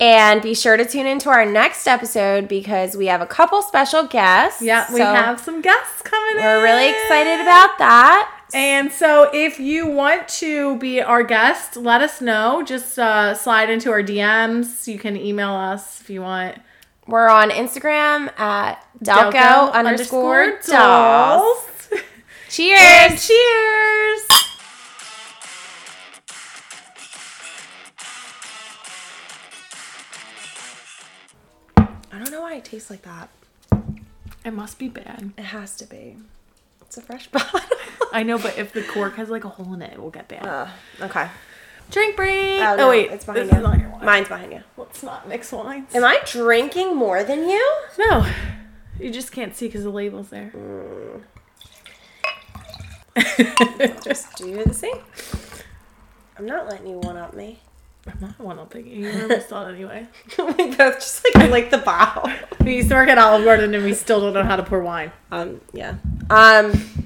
[SPEAKER 2] And be sure to tune into our next episode because we have a couple special guests.
[SPEAKER 1] yeah, we
[SPEAKER 2] So
[SPEAKER 1] have some guests coming in.
[SPEAKER 2] We're really excited about that.
[SPEAKER 1] And so, if you want to be our guest, let us know. Just uh, slide into our DMs. You can email us if you want.
[SPEAKER 2] We're on Instagram at Delco, underscore dolls. Cheers!
[SPEAKER 1] And cheers.
[SPEAKER 2] I don't know why it tastes like that.
[SPEAKER 1] It must be bad.
[SPEAKER 2] It has to be. It's a fresh bottle.
[SPEAKER 1] I know, but if the cork has like a hole in it, it will get bad.
[SPEAKER 2] Uh, okay.
[SPEAKER 1] Drink break.
[SPEAKER 2] Oh,
[SPEAKER 1] Oh,
[SPEAKER 2] no,
[SPEAKER 1] wait,
[SPEAKER 2] it's behind
[SPEAKER 1] this
[SPEAKER 2] you.
[SPEAKER 1] is not your wine.
[SPEAKER 2] Mine's behind you.
[SPEAKER 1] Let's not mix wines.
[SPEAKER 2] Am I drinking more than you?
[SPEAKER 1] no, you just can't see because the label's there.
[SPEAKER 2] Just do the same. I'm not letting you one up me.
[SPEAKER 1] I'm not one up thinking. You never saw it anyway.
[SPEAKER 2] we both just like like the bottle.
[SPEAKER 1] We used to work at Olive Garden and we still don't know how to pour wine.
[SPEAKER 2] Um, yeah. Um,